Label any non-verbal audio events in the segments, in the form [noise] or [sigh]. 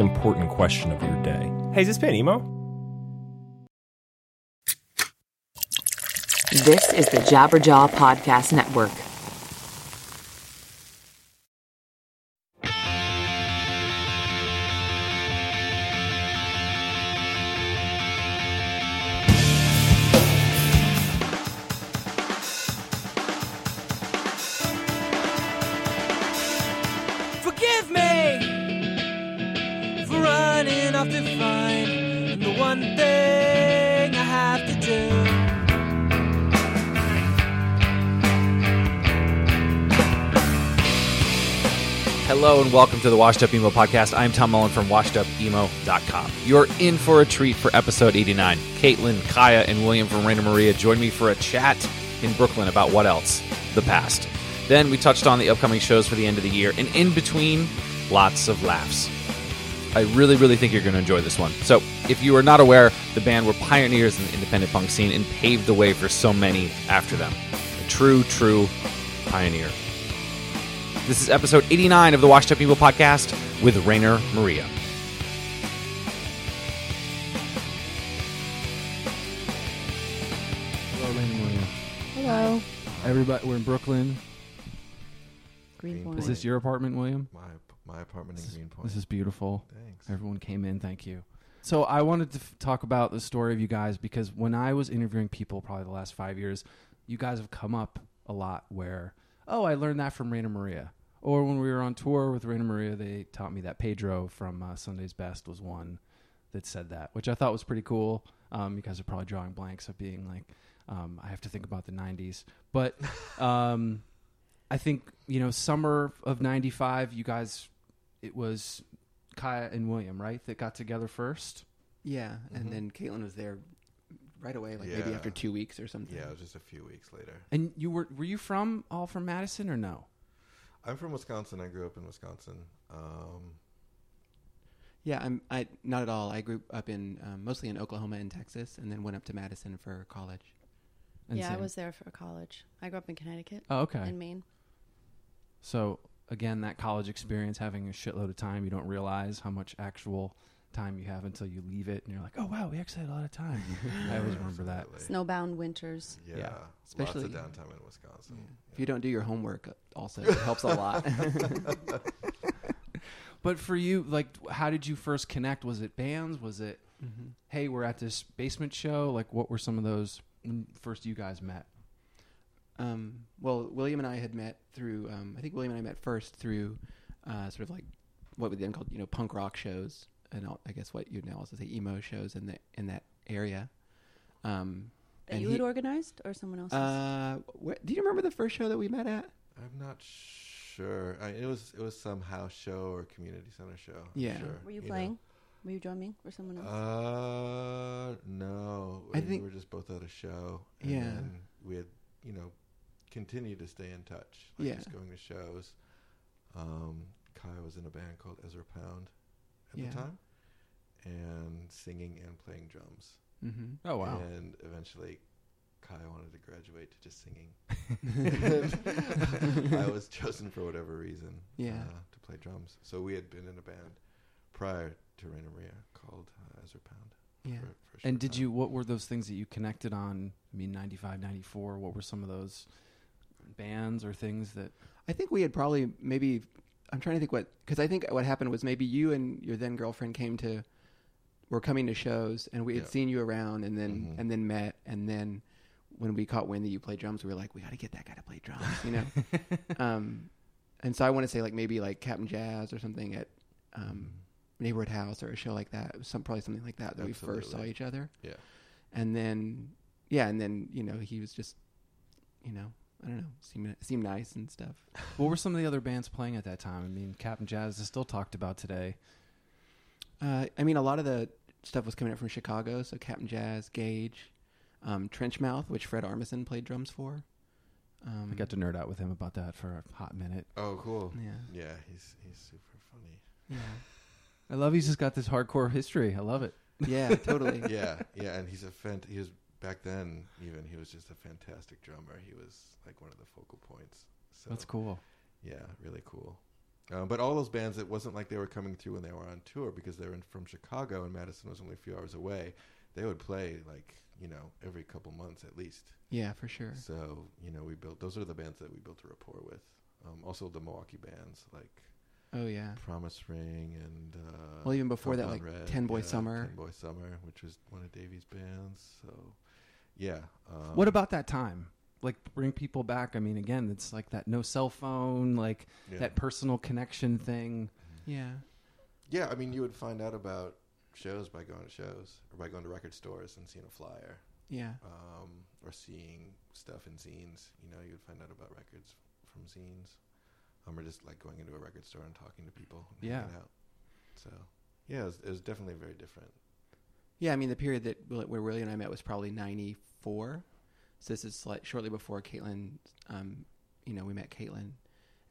important question of your day. Hey, is this band emo? This is the Jabberjaw Podcast Network. Forgive me for running off the fine. And the one thing I have to do Hello and welcome to the Washed Up Emo podcast. I'm Tom Mullen from washedupemo.com. You're in for a treat for episode 89. Caitlin, Kaya, and William from Raina Maria join me for a chat in Brooklyn about what else? The past. Then we touched on the upcoming shows for the end of the year, and in between, lots of laughs. I really, really think you're going to enjoy this one. So, if you are not aware, the band were pioneers in the independent punk scene and paved the way for so many after them. A true, true pioneer. This is episode 89 of the Washed Up People podcast with Rainer Maria. Hello, Rainy Maria. Hello. Everybody, we're in Brooklyn. Greenpoint. Is this your apartment, William? My, my apartment in Greenpoint. This is beautiful. Thanks. Everyone came in. Thank you. So I wanted to f- talk about the story of you guys because when I was interviewing people, probably the last five years, you guys have come up a lot. Where oh, I learned that from Raina Maria. Or when we were on tour with Raina Maria, they taught me that Pedro from uh, Sunday's Best was one that said that, which I thought was pretty cool. Um, you guys are probably drawing blanks of being like, um, I have to think about the '90s, but. Um, I think you know summer of '95. You guys, it was Kaya and William, right, that got together first. Yeah, and then Caitlin was there right away, like maybe Mm-hmm. Yeah. after two weeks or something. Yeah, it was just a few weeks later. And you were were you from all from Madison or no? I'm from Wisconsin. I grew up in Wisconsin. Um, Yeah, I'm. I not at all. I grew up in um, mostly in Oklahoma and Texas, and then went up to Madison for college. And yeah, I same. was there for college. I grew up in Connecticut Oh, okay. in Maine. so again, that college experience, having a shitload of time, you don't realize how much actual time you have until you leave it, and you're like, oh wow, we actually had a lot of time. I always remember that. Snowbound winters. yeah, especially- lots of downtime in Wisconsin. If you don't do your homework, uh, also it helps a [laughs] lot. [laughs] But for you, like, how did you first connect? Was it bands? Was it, Mm-hmm. hey, we're at this basement show? Like, what were some of those when first you guys met? um, well, William and I had met through. Um, I think William and I met first through uh, sort of like what would then called you know punk rock shows, and al- I guess what you'd now also say emo shows in the in that area. Um, That and you he- had organized or someone else's? Uh, what, do you remember the first show that we met at? I'm not sure. I, it was it was some house show or community center show. I'm Yeah. sure, Were you know. playing? Were you drumming or someone else? Um, Uh, no. I we think- were just both at a show. Yeah. then we had, you know, continued to stay in touch. Like Yeah. Just going to shows. Um, Kai was in a band called Ezra Pound at Yeah. the time, and singing and playing drums. Mm-hmm. Oh wow! And eventually, Kai wanted to graduate to just [laughs] singing. And I was chosen for whatever reason. Yeah. uh, to play drums. So we had been in a band prior to Raina Maria called uh, Ezra Pound. Yeah. for- for a short And did time. you? What were those things that you connected on? I mean, 95, 94, What were some of those bands or things that? I think we had probably maybe I'm trying to think what because I think what happened was maybe you and your then girlfriend came to were coming to shows, and we had Yeah. Mm-hmm. seen you around, and then and then met, and then when we caught wind that you play drums, we were like, we got to get that guy to play drums, you [laughs] know. um, and so I want to say like maybe like Captain Jazz or something at um, Mm-hmm. Neighborhood House or a show like that, some probably something like that that we first saw Absolutely. each other Yeah. and then yeah, and then you know he was just, you know, I don't know, seemed seemed nice and stuff. What were some of the other bands playing at that time? I mean, Captain Jazz is still talked about today. Uh, I mean, a lot of the stuff was coming up from Chicago, so Captain Jazz, Gage, um, Trenchmouth, which Fred Armisen played drums for. Um, I got to nerd out with him about that for a hot minute. Oh, cool. yeah, Yeah, he's he's super funny. yeah, I love he's just got this hardcore history. I love it. yeah, totally. Yeah, yeah, and he's a fant. He was back then. Even he was just a fantastic drummer. He was like one of the focal points. So That's cool. Yeah, really cool. Um, but all those bands, it wasn't like they were coming through when they were on tour because they were in, from Chicago and Madison was only a few hours away. They would play like you know every couple months at least. Yeah, for sure. So you know we built those are the bands that we built a rapport with. Um, also the Milwaukee bands like Oh yeah, Promise Ring and uh, Well, even before that, Compound like, Ten Boy Summer. Ten Boy Summer, which was one of Davey's bands. So yeah, um, what about that time? Like bring people back. I mean, again, it's like that no cell phone, like yeah. that personal connection thing. yeah, Yeah, I mean, you would find out about shows by going to shows or by going to record stores and seeing a flyer yeah, um, or seeing stuff in zines. You know, you'd find out about records from zines, um, or just like going into a record store and talking to people. And hanging Yeah. Out. So yeah, it was, it was definitely very different. yeah. I mean, the period that Will- where Willie and I met was probably ninety four. So this is like shortly before Caitlin, um, you know, we met Caitlin,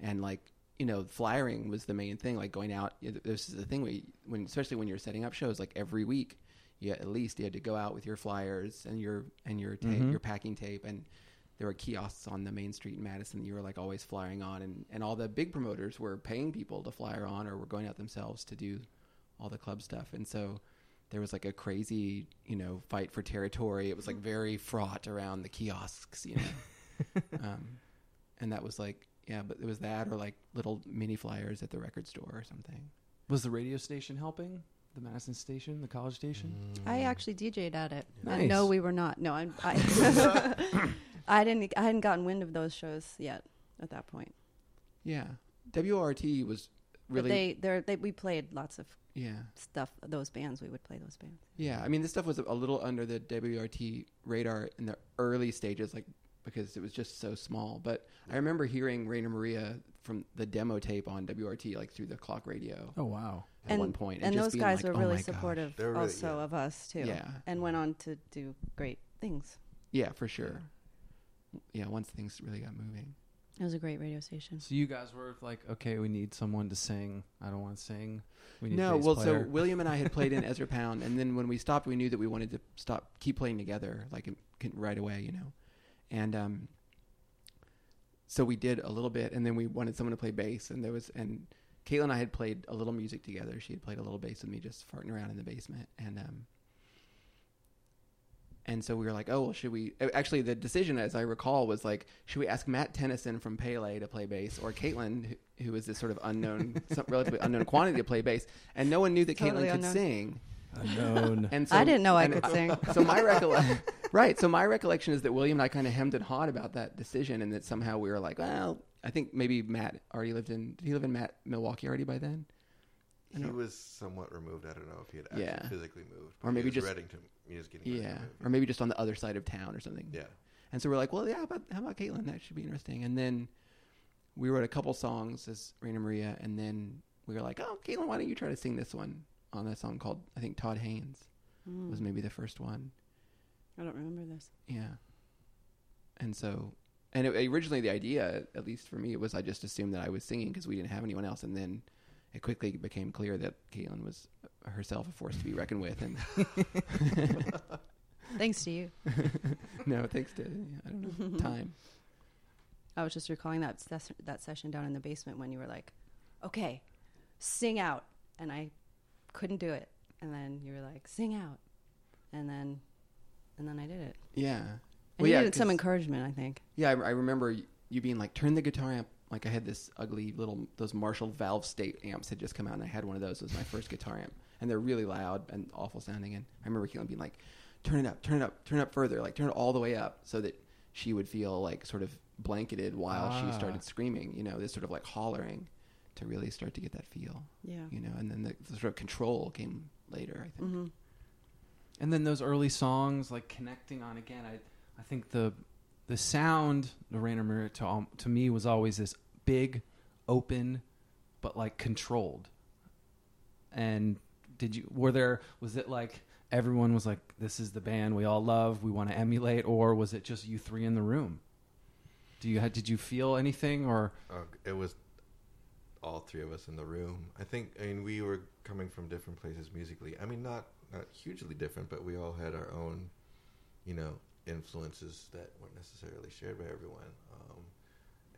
and like you know, flyering was the main thing. Like going out, you know, this is the thing we when especially when you're setting up shows, like every week, you at least you had to go out with your flyers and your and your tape, your packing tape, and there were kiosks on the main street in Madison. that You were like always flyering on, and and all the big promoters were paying people to flyer on, or were going out themselves to do all the club stuff, and so. There was like a crazy, you know, fight for territory. It was like very fraught around the kiosks, you know. um, and that was like yeah but it was that or like little mini flyers at the record store or something Was the radio station helping? The Madison station, the college station? Mm. I actually DJ'd at it. Nice. No, we were not. No, I'm, I, [laughs] I didn't. I hadn't gotten wind of those shows yet at that point. yeah wrt was But really they, they're, they, we played lots of yeah stuff. Those bands, we would play those bands. yeah i mean this stuff was a little under the wrt radar in the early stages like because it was just so small but i remember hearing rainer maria from the demo tape on wrt like through the clock radio Oh wow. at one point and, just those being guys like, were "Oh really my gosh." supportive, They were really- also yeah. of us too. Yeah. and went on to do great things. yeah for sure yeah once things really got moving It was a great radio station. So you guys were like, okay, we need someone to sing. I don't want to sing. We need a No, bass well, player. so William and I had played [laughs] in Ezra Pound, and then when we stopped, we knew that we wanted to stop, keep playing together, like in- can- right away, you know. And um, so we did a little bit, and then we wanted someone to play bass, and there was and Caitlin and I had played a little music together. She had played a little bass with me, just farting around in the basement, and um, and so we were like, oh, well, should we? Actually, the decision, as I recall, was like, should we ask Matt Tennyson from Pele to play bass or Caitlin, who, who is this sort of unknown, [laughs] some relatively unknown quantity to play bass? And no one knew that Totally Caitlin could unknown. sing. unknown. [laughs] And so I didn't know I and- could sing. [laughs] So [laughs] my recollection, right? So my recollection is that William and I kind of hemmed and hawed about that decision, and that somehow we were like, well, I think maybe Matt already lived in. Did he live in Matt Milwaukee already by then? I He don't- was somewhat removed. I don't know if he had actually Yeah. physically moved, Or maybe he was just- Reddington. He was getting ready to Yeah, move. or maybe just on the other side of town or something. yeah. And so we're like, well, yeah, but how about Caitlin? That should be interesting. And then we wrote a couple songs as Raina Maria, and then we were like, oh, Caitlin, why don't you try to sing this one on a song called I think Todd Haynes Mm. was maybe the first one. I don't remember this. Yeah. And so, and it, originally the idea, at least for me, was I just assumed that I was singing because we didn't have anyone else, and then it quickly became clear that Caitlin was herself a force to be reckoned with. And [laughs] Thanks to you. no, thanks to I don't [laughs] know time. I was just recalling that ses- that session down in the basement when you were like, "Okay, sing out," and I couldn't do it, and then you were like, "Sing out," and then and then I did it. Yeah. And you needed some 'cause- encouragement, I think. Yeah, I, I remember you being like, turn the guitar amp. Like I had this ugly little those Marshall valve state amps had just come out, and I had one of those. It was my first guitar amp, and they're really loud and awful sounding. And I remember Caitlin being like, "Turn it up, turn it up, turn it up further, like turn it all the way up," so that she would feel like sort of blanketed while she started screaming. You know, this sort of like hollering to really start to get that feel. Yeah. You know, and then the, the sort of control came later. I think. and then those early songs like connecting on again i i think the the sound the random mirror to al- to me was always this big open but like controlled and did you were there was it like everyone was like this is the band we all love we want to emulate or was it just you three in the room do you did you feel anything or Uh, it was all three of us in the room. I think. I mean, we were coming from different places musically. I mean, not not hugely different, but we all had our own, you know, influences that weren't necessarily shared by everyone. Um,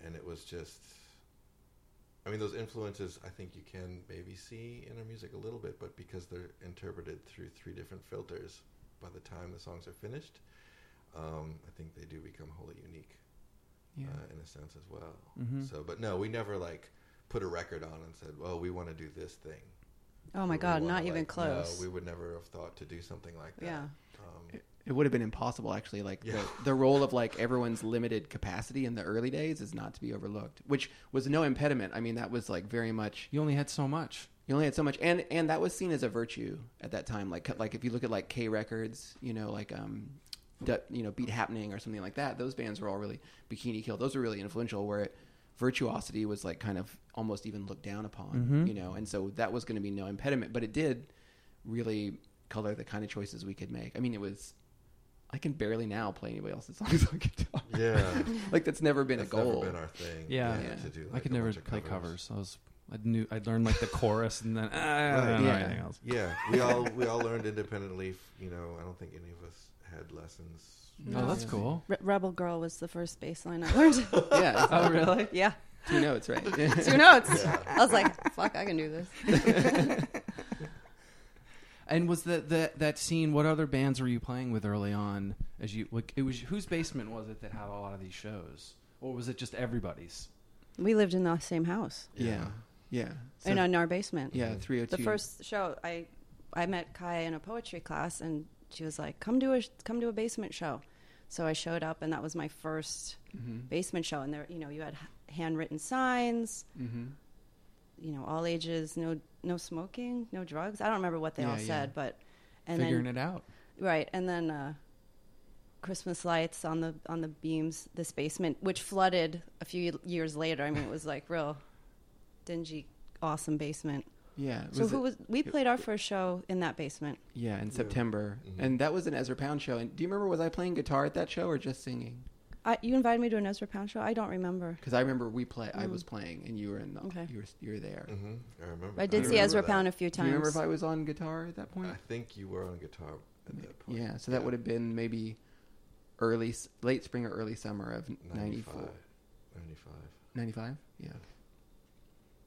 and it was just. I mean, those influences I think you can maybe see in our music a little bit, but because they're interpreted through three different filters, by the time the songs are finished, um, I think they do become wholly unique uh, in a sense as well. Mm-hmm. So, but no, we never like put a record on and said, "Well, we want to do this thing." Oh my Or, "We god, wanna, not even like-" close. No, we would never have thought to do something like that. Yeah. [laughs] Um, it would have been impossible actually like Yeah. the, the role of like everyone's limited capacity in the early days is not to be overlooked which was no impediment i mean that was like very much you only had so much you only had so much and and that was seen as a virtue at that time like like if you look at like k records you know like um Du- you know beat happening or something like that those bands were all really bikini kill those were really influential where it, virtuosity was like kind of almost even looked down upon you know and so that was going to be no impediment but it did really color the kind of choices we could make i mean it was i can barely now play anybody else's [laughs] songs on guitar yeah. [laughs] like that's never been That's a goal never been our thing. Yeah. Yeah. To do, i like, could a never bunch of play covers. i was i knew i'd learn like the chorus and then [laughs] ah, I don't know Yeah. anything else Yeah, we all we all learned independently. f- You know, I don't think any of us had lessons. oh that's cool Re- Rebel Girl was the first bass line I learned. [laughs] [laughs] yeah oh really yeah. two notes right [laughs] Two notes. I was like, fuck, I can do this. [laughs] And was that that that scene? What other bands were you playing with early on? As you like, it was whose basement was it that had a lot of these shows, or was it just everybody's? We lived in the same house yeah yeah So- and in our basement. yeah 302 the first show I I met Kaya in a poetry class and she was like come do a come to a basement show so I showed up and that was my 1st basement show and there you know you had h- handwritten signs you know all ages no no smoking no drugs I don't remember what they all yeah. said but and Figuring then it out. right and then uh Christmas lights on the on the beams this basement which flooded a few years later I mean it was like real dingy awesome basement yeah so who it- was we played our first show in that basement. Yeah, Mm-hmm. in September, and that was an Ezra Pound show. And do you remember was I playing guitar at that show or just singing? I, you invited me to an Ezra Pound show. I don't remember. Because I remember we play. I was playing, and you were in. The, Mm. Okay. You were you were there. hmm I remember. I did see remember Ezra that. Pound a few Do you times. remember if I was on guitar at that point? I think you were on guitar at that point. yeah, so that would have been maybe early, s- late spring or early summer of 94, 95. 95. 95? Yeah.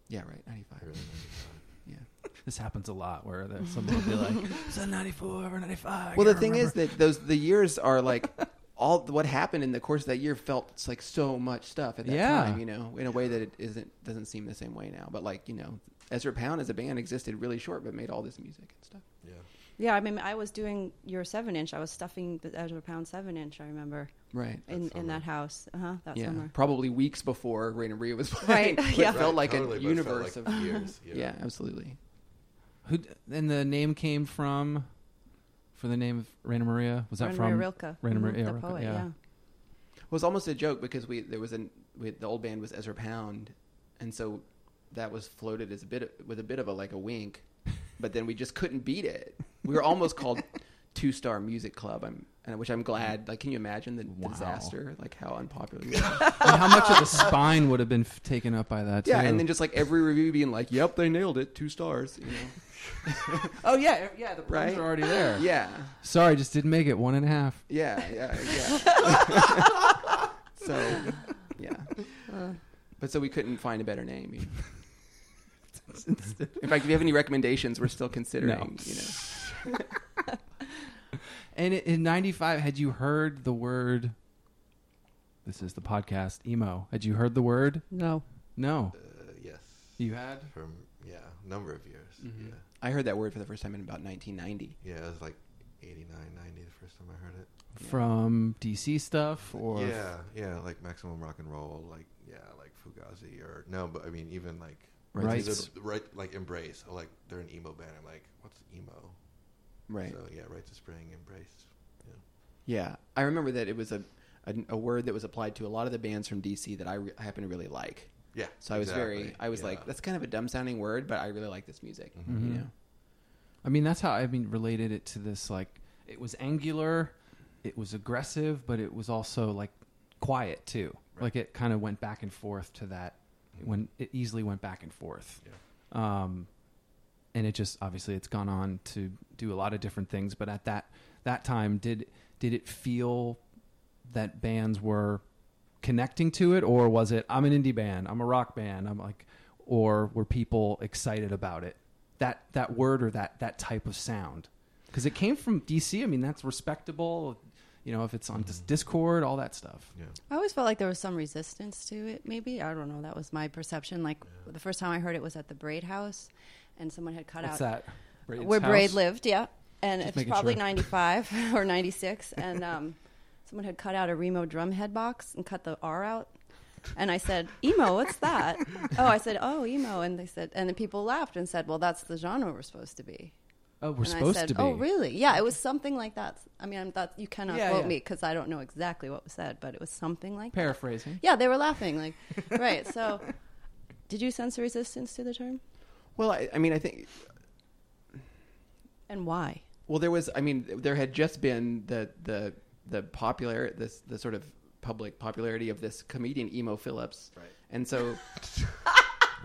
Yeah, right, ninety five. Early 95. Yeah. This happens a lot where there's someone will be [laughs] like, "Is that '94 or '95?" Well, the thing is that those the [laughs] years are like all what happened in the course of that year felt like so much stuff at that Yeah. time, you know, in a way that it isn't doesn't seem the same way now. But like you know, Ezra Pound as a band existed really short, but made all this music and stuff. Yeah. yeah, I mean, I was doing your seven inch. I was stuffing the Ezra Pound seven inch. I remember Right. in, in that house. Uh huh. That yeah. summer. Probably weeks before Rain and Rhea was [laughs] playing. Right, but yeah. It felt like Totally, a but it felt universe like of. [laughs] [laughs] years. Yeah. absolutely. who? And the name came from, for the name of Raina Maria. Was that Rainer from Rilke, Raina Mhm, Maria, the Rilke, poet. yeah. Yeah. It was almost a joke because we there was an we, the old band was Ezra Pound, and so that was floated as a bit of, with a bit of a like a wink, but then we just couldn't beat it. We were almost called [laughs] Two Star Music Club. I'm and which I'm glad. Like, can you imagine the disaster? Like how unpopular. We were. And how much of the spine would have been f- taken up by that? yeah, too? and then just like every review being like, "Yep, they nailed it. Two stars." You know. oh yeah, yeah. The Those right. are already there. yeah, Sorry, just didn't make it. One and a half. yeah, yeah, yeah. [laughs] so, yeah. but so we couldn't find a better name. You know? [laughs] In fact, if you have any recommendations, we're still considering. No. You know, And i- in '95, had you heard the word? This is the podcast emo. Had you heard the word? No. No, Uh, yes. you had. From Yeah, number of years. Mm-hmm. Yeah, I heard that word for the first time in about 1990. yeah, it was like 89, 90 the first time I heard it. from DC stuff or yeah, yeah, like maximum rock and roll, like yeah, like Fugazi or no, but I mean even like Rights. these are the- right, like Embrace, or like they're an emo band. I'm like, what's emo? Right. So yeah, Rights of Spring, Embrace. Yeah. Yeah, I remember that it was a, a a word that was applied to a lot of the bands from DC that I re- happen to really like. Yeah, So I was very, exactly. I was Yeah. Mm-hmm. like, that's kind of a dumb sounding word, but I really like this music. You know? I mean, that's how I mean related it to this. Like, it was angular, it was aggressive, but it was also like quiet too. Like it kind of went back and forth to that when it easily went back and forth. Um, and it just obviously it's gone on to do a lot of different things. But at that that time, did did it feel that bands were connecting to it, or was it I'm an indie band, I'm a rock band, I'm like, or were people excited about it? That that word or that that type of sound, because it came from DC. I mean, that's respectable. You know, if it's on dis Discord, all that stuff. I always felt like there was some resistance to it, maybe. I don't know. That was my perception. Like the first time I heard it was at the Braid House, and someone had cut What's out that? where Braid lived, yeah. And Just it's making probably sure. [laughs] 95 or 96. And um, someone had cut out a Remo drum head box and cut the R out. And I said, Emo, what's that? oh, I said, Oh, Emo. And they said, and the people laughed and said, Well, that's the genre we're supposed to be. Oh, we're and supposed I said, to be. Oh, really? Yeah, it was something like that. I mean, I'm, that, you cannot Yeah, quote yeah. me because I don't know exactly what was said, but it was something like that. Paraphrasing. Yeah, they were laughing. Like, right. So, [laughs] did you sense a resistance to the term? Well, I, I mean, I think, And why? well, there was, I mean, there had just been the the the popular this the sort of public popularity of this comedian Emo Phillips, right? And so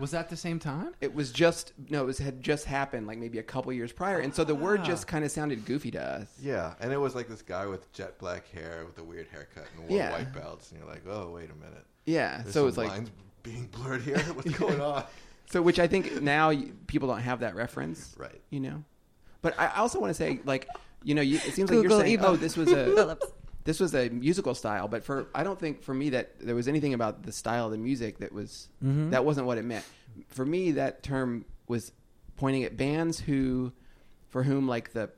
Was that the same time? it was just no, it was, had just happened like maybe a couple years prior, and so the Ah. word just kind of sounded goofy to us. Yeah, and it was like this guy with jet black hair with a weird haircut and wore Yeah. white belts, and you're like, oh, wait a minute. Yeah, There's so it's some like lines being blurred here. [laughs] What's [laughs] going on? So, which I think now you- people don't have that reference, Right. You know, but I also want to say, like, you know, you, it seems like Google you're saying, Evo oh, this was a Phillips. this was a musical style, but for I don't think for me that there was anything about the style of the music that was that wasn't what it meant. For me, that term was pointing at bands who, for whom, like the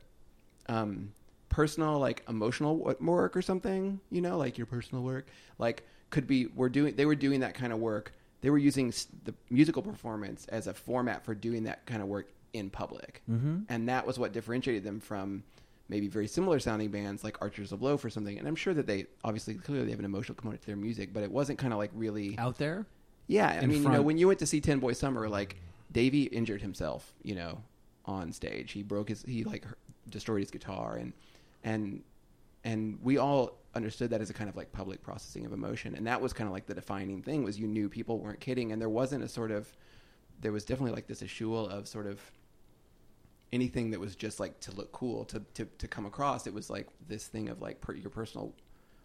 um, personal, like emotional wo- work or something, you know, like your personal work, like could be, we're doing, they were doing that kind of work. They were using s- the musical performance as a format for doing that kind of work in public. Mm-hmm. And that was what differentiated them from maybe very similar sounding bands like Archers of Loaf or something. And I'm sure that they obviously clearly they have an emotional component to their music, but it wasn't kind of like really Out there. yeah, I in mean, you know, front. when you went to see Ten Boy Summer, like Davey injured himself, you know, on stage. He broke his, he like hurt- destroyed his guitar, and and and we all understood that as a kind of like public processing of emotion, and that was kind of like the defining thing was you knew people weren't kidding, and there wasn't a sort of, there was definitely like this eschewal of sort of anything that was just like to look cool to to, to come across. It was like this thing of like per, your personal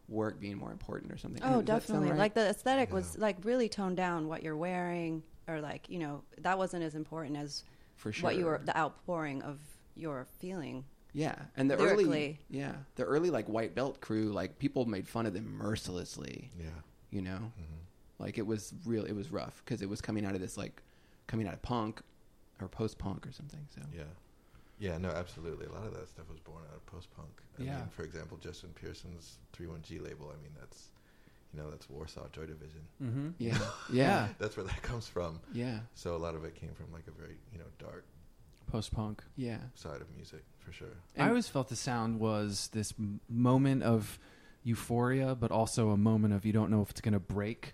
work being more important or something. I don't Oh, know, does that sound definitely. right? Like the aesthetic was like really toned down. What you're wearing, or like you know, that wasn't as important as For what you sure. were the outpouring of your feeling. Yeah, and the early Lyrically. yeah the early like white belt crew like people made fun of them mercilessly. Yeah. You know, like it was real. It was rough because it was coming out of this like coming out of punk or post punk or something. So Yeah. Yeah, no, absolutely. A lot of that stuff was born out of post punk. I Yeah. mean, for example, Justin Pearson's 31G label, I mean, that's, you know, that's Warsaw Joy Division. yeah, yeah, That's where that [laughs] comes from. Mm-hmm. yeah, So a lot of it came from like a very, you know, dark Post punk. yeah. side of music, for sure. And- I always felt the sound was this m- moment of euphoria, but also a moment of you don't know if it's going to break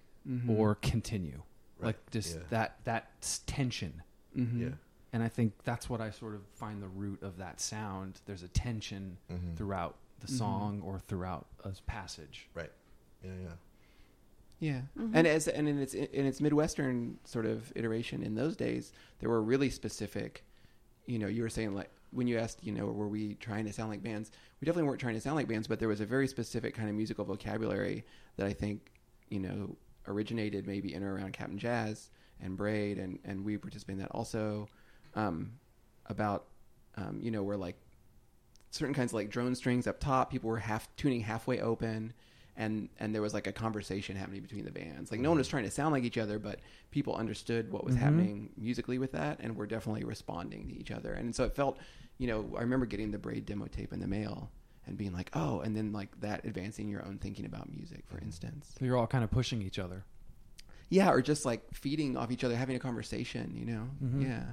or continue. Like just Mm-hmm. yeah. Mm-hmm. that that s- tension, Yeah. and I think that's what I sort of find the root of that sound. There's a tension Mm-hmm. throughout the song or throughout a s- passage. Right. Yeah, yeah. Yeah, and as and in its in its midwestern sort of iteration in those days, there were really specific. You know, you were saying like when you asked, you know, were we trying to sound like bands? We definitely weren't trying to sound like bands, but there was a very specific kind of musical vocabulary that I think you know originated maybe in or around Captain Jazz and Braid, and and we participated in that also. Um, about um, you know, where like certain kinds of like drone strings up top. People were half tuning halfway open, and and there was like a conversation happening between the bands. Like no one was Mm-hmm. trying to sound like each other, but people understood what was happening musically with that, and were definitely responding to each other. And so it felt, you know, I remember getting the Braid demo tape in the mail and being like, oh, and then like that advancing your own thinking about music, for Mm-hmm. instance. So you're all kind of pushing each other. Yeah, or just like feeding off each other, having a conversation, you know? Mm-hmm. Yeah.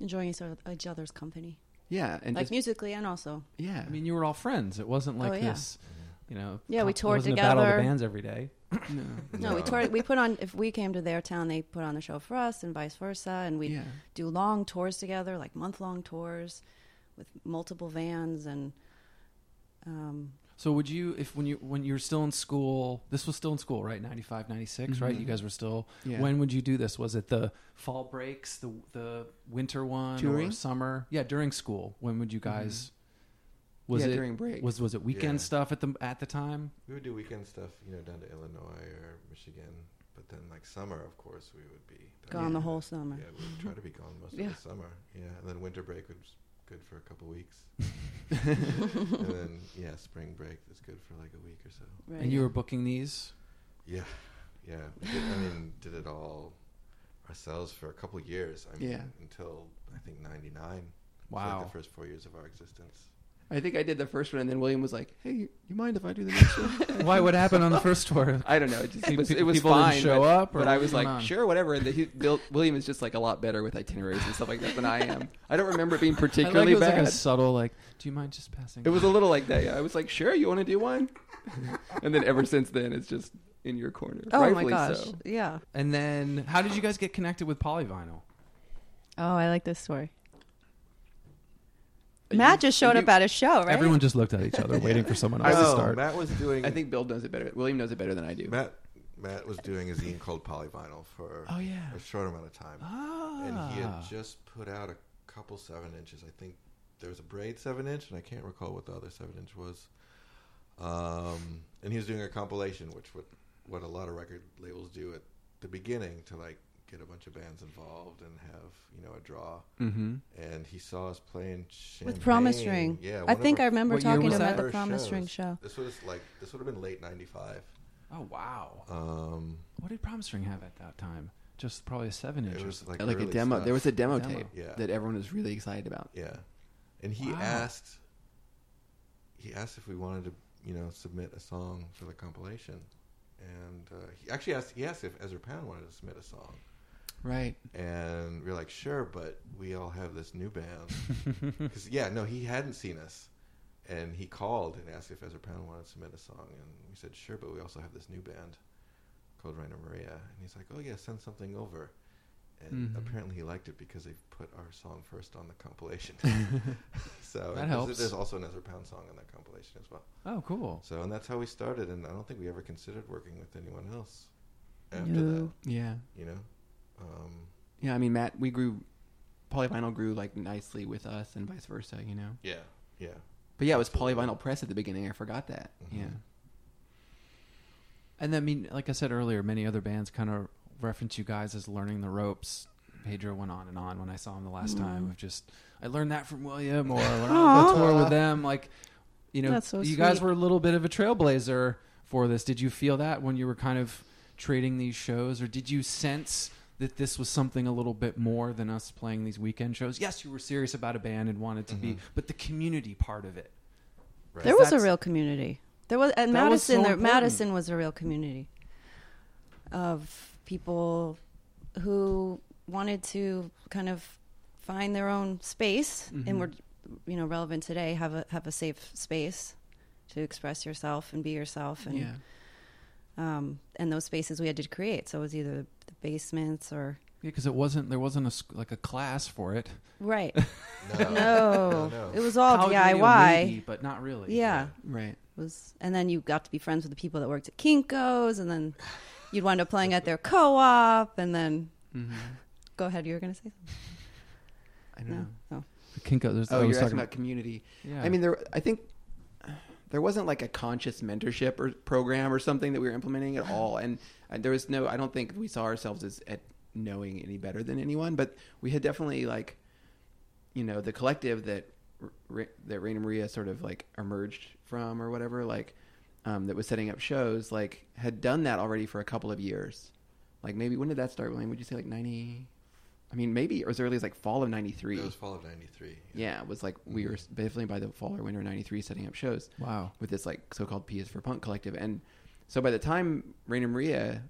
enjoying each other- each other's company, Yeah. And like just, musically and also. yeah. I mean, you were all friends. It wasn't like Oh, yeah. this, you know. Yeah, we it toured wasn't a battle of the together. bands every day. No, we toured, we put on if we came to their town, they put on the show for us, and vice versa, and we Yeah. would do long tours together, like month long tours, with multiple vans and. Um, So would you, if when you when you were still in school, this was still in school, right? 95, 96, right? You guys were still. Yeah. When would you do this? Was it the fall breaks, the the winter one, or Touring? summer? Yeah, during school. When would you guys? Was Yeah, it during break. Was was it weekend Yeah. stuff at the at the time? We would do weekend stuff, you know, down to Illinois or Michigan. But then, like summer, of course, we would be Gone the whole summer. Yeah, we would try to be gone most Yeah. of the summer. Yeah, and then winter break was good for a couple weeks. and then, yeah, spring break is good for like a week or so. right. And you were booking these. Yeah, yeah. we did- I mean, did it all ourselves for a couple years. I mean, Yeah. until I think '99. Wow. the first four years of our existence. I think I did the first one, and then William was like, "Hey, you mind if I do the next [laughs] one?" Why? What happened on the first tour? I don't know. It, just, Pe- it was, pe- it was people fine. didn't show but, up, or but what I was was like, going on? "Sure, whatever." And he, Bill, William is just like a lot better with itineraries and stuff like that than I am. [laughs] I don't remember it I being like particularly it was bad. like a subtle like. Do you mind just passing? it was a little like that. Yeah. I was like, "Sure, you want to do one?" [laughs] and then ever since then, it's just in your corner. oh my Rightfully gosh! so. Yeah. And then, how did you guys get connected with Polyvinyl? Oh, I like this story. Matt just showed you- up at a show, right? Everyone just looked at each other, waiting for someone I else to was, start. Matt Oh. was doing. I think Bill knows it better. William knows it better than I do. Matt Matt was doing a zine called Polyvinyl for Oh, yeah. a short amount of time, and he Ah. had just put out a couple seven inches. I think there was a braid seven inch, and I can't recall what the other seven inch was. Um, and he was doing a compilation, which what what a lot of record labels do at the beginning to like get a bunch of bands involved and have you know a draw. Mm-hmm. And he saw us playing with Promise Champagne. Ring. Yeah, I one of think our I remember What year talking was to him that? at the first Promise shows. Ring show. This was like this would have been late '95. Oh wow! Um, What did Promise Ring have at that time? Just probably a seven inch. it or was something. like like a early demo. stuff. There was a demo, Demo. tape Yeah. that everyone was really excited about. Yeah, and he Wow. asked. He asked if we wanted to, you know, submit a song for the compilation, and uh, he actually asked. He asked if Ezra Pound wanted to submit a song, Right. and we are like, sure, but we all have this new band. [laughs] Because yeah, no, he hadn't seen us, and he called and asked if Ezra Pound wanted to submit a song, and we said sure, but we also have this new band called Rainer Maria, and he's like, oh yeah, send something over. And Mm-hmm. apparently he liked it because they put our song first on the [laughs] compilation. [laughs] so and there's- helps. There's also an Ezra Pound song on that compilation as well. oh cool. So and that's how we started, and I don't think we ever considered working with anyone else after that. No. Yeah. You know, um, Yeah. I mean, Matt, we grew. Polyvinyl grew like nicely with us, and vice versa. You know. yeah, yeah. But yeah, it was Polyvinyl Press at the beginning. I forgot that. Yeah. And then, I mean, like I said earlier, many other bands kind of reference you guys as learning the ropes. Pedro went on and on when I saw him the Mm-hmm. last time. Of just, I learned that from William, or when I was on tour with them, like, you know, That's so you guys sweet. were a little bit of a trailblazer for this. Did you feel that when you were kind of trading these shows, or did you sense that this was something a little bit more than us playing these weekend shows? Yes, you were serious about a band and wanted to be, Mm-hmm. but the community part of it. There was a That's- real community. There was and That was Madison. so there, important. Madison was a real community of people who wanted to kind of find their own space Mm-hmm. and were, you know, relevant today. Have a have a safe space to express yourself and be yourself, and Yeah. um, and those spaces we had to create. So it was either the basements or Yeah, because it wasn't there wasn't a sc- like a class for it. right. No. [laughs] [laughs] No, no. it was all How do you maybe, DIY. but not really. Yeah. Right. was and then you got to be friends with the people that worked at Kinko's and then you'd wind up playing at their co-op and then go ahead you were going to say something I don't know. no Kinko. There's, Oh, I you're was asking talking about community. Yeah. I mean, there. I think there wasn't like a conscious mentorship or program or something that we were implementing at all, and, and there was no. I don't think we saw ourselves as at knowing any better than anyone, but we had definitely like, you know, the collective that R- Ra- that Raina Maria sort of like emerged from or whatever, like. um, that was setting up shows like had done that already for a couple of years. Like maybe when did that start, William? Would you say like ninety? I mean, maybe as early as like fall of ninety three. It was fall of '93. Yeah, it was like we were definitely by the fall or winter of '93 setting up shows. Wow. With this like so-called P is for Punk collective, and so by the time Raina Maria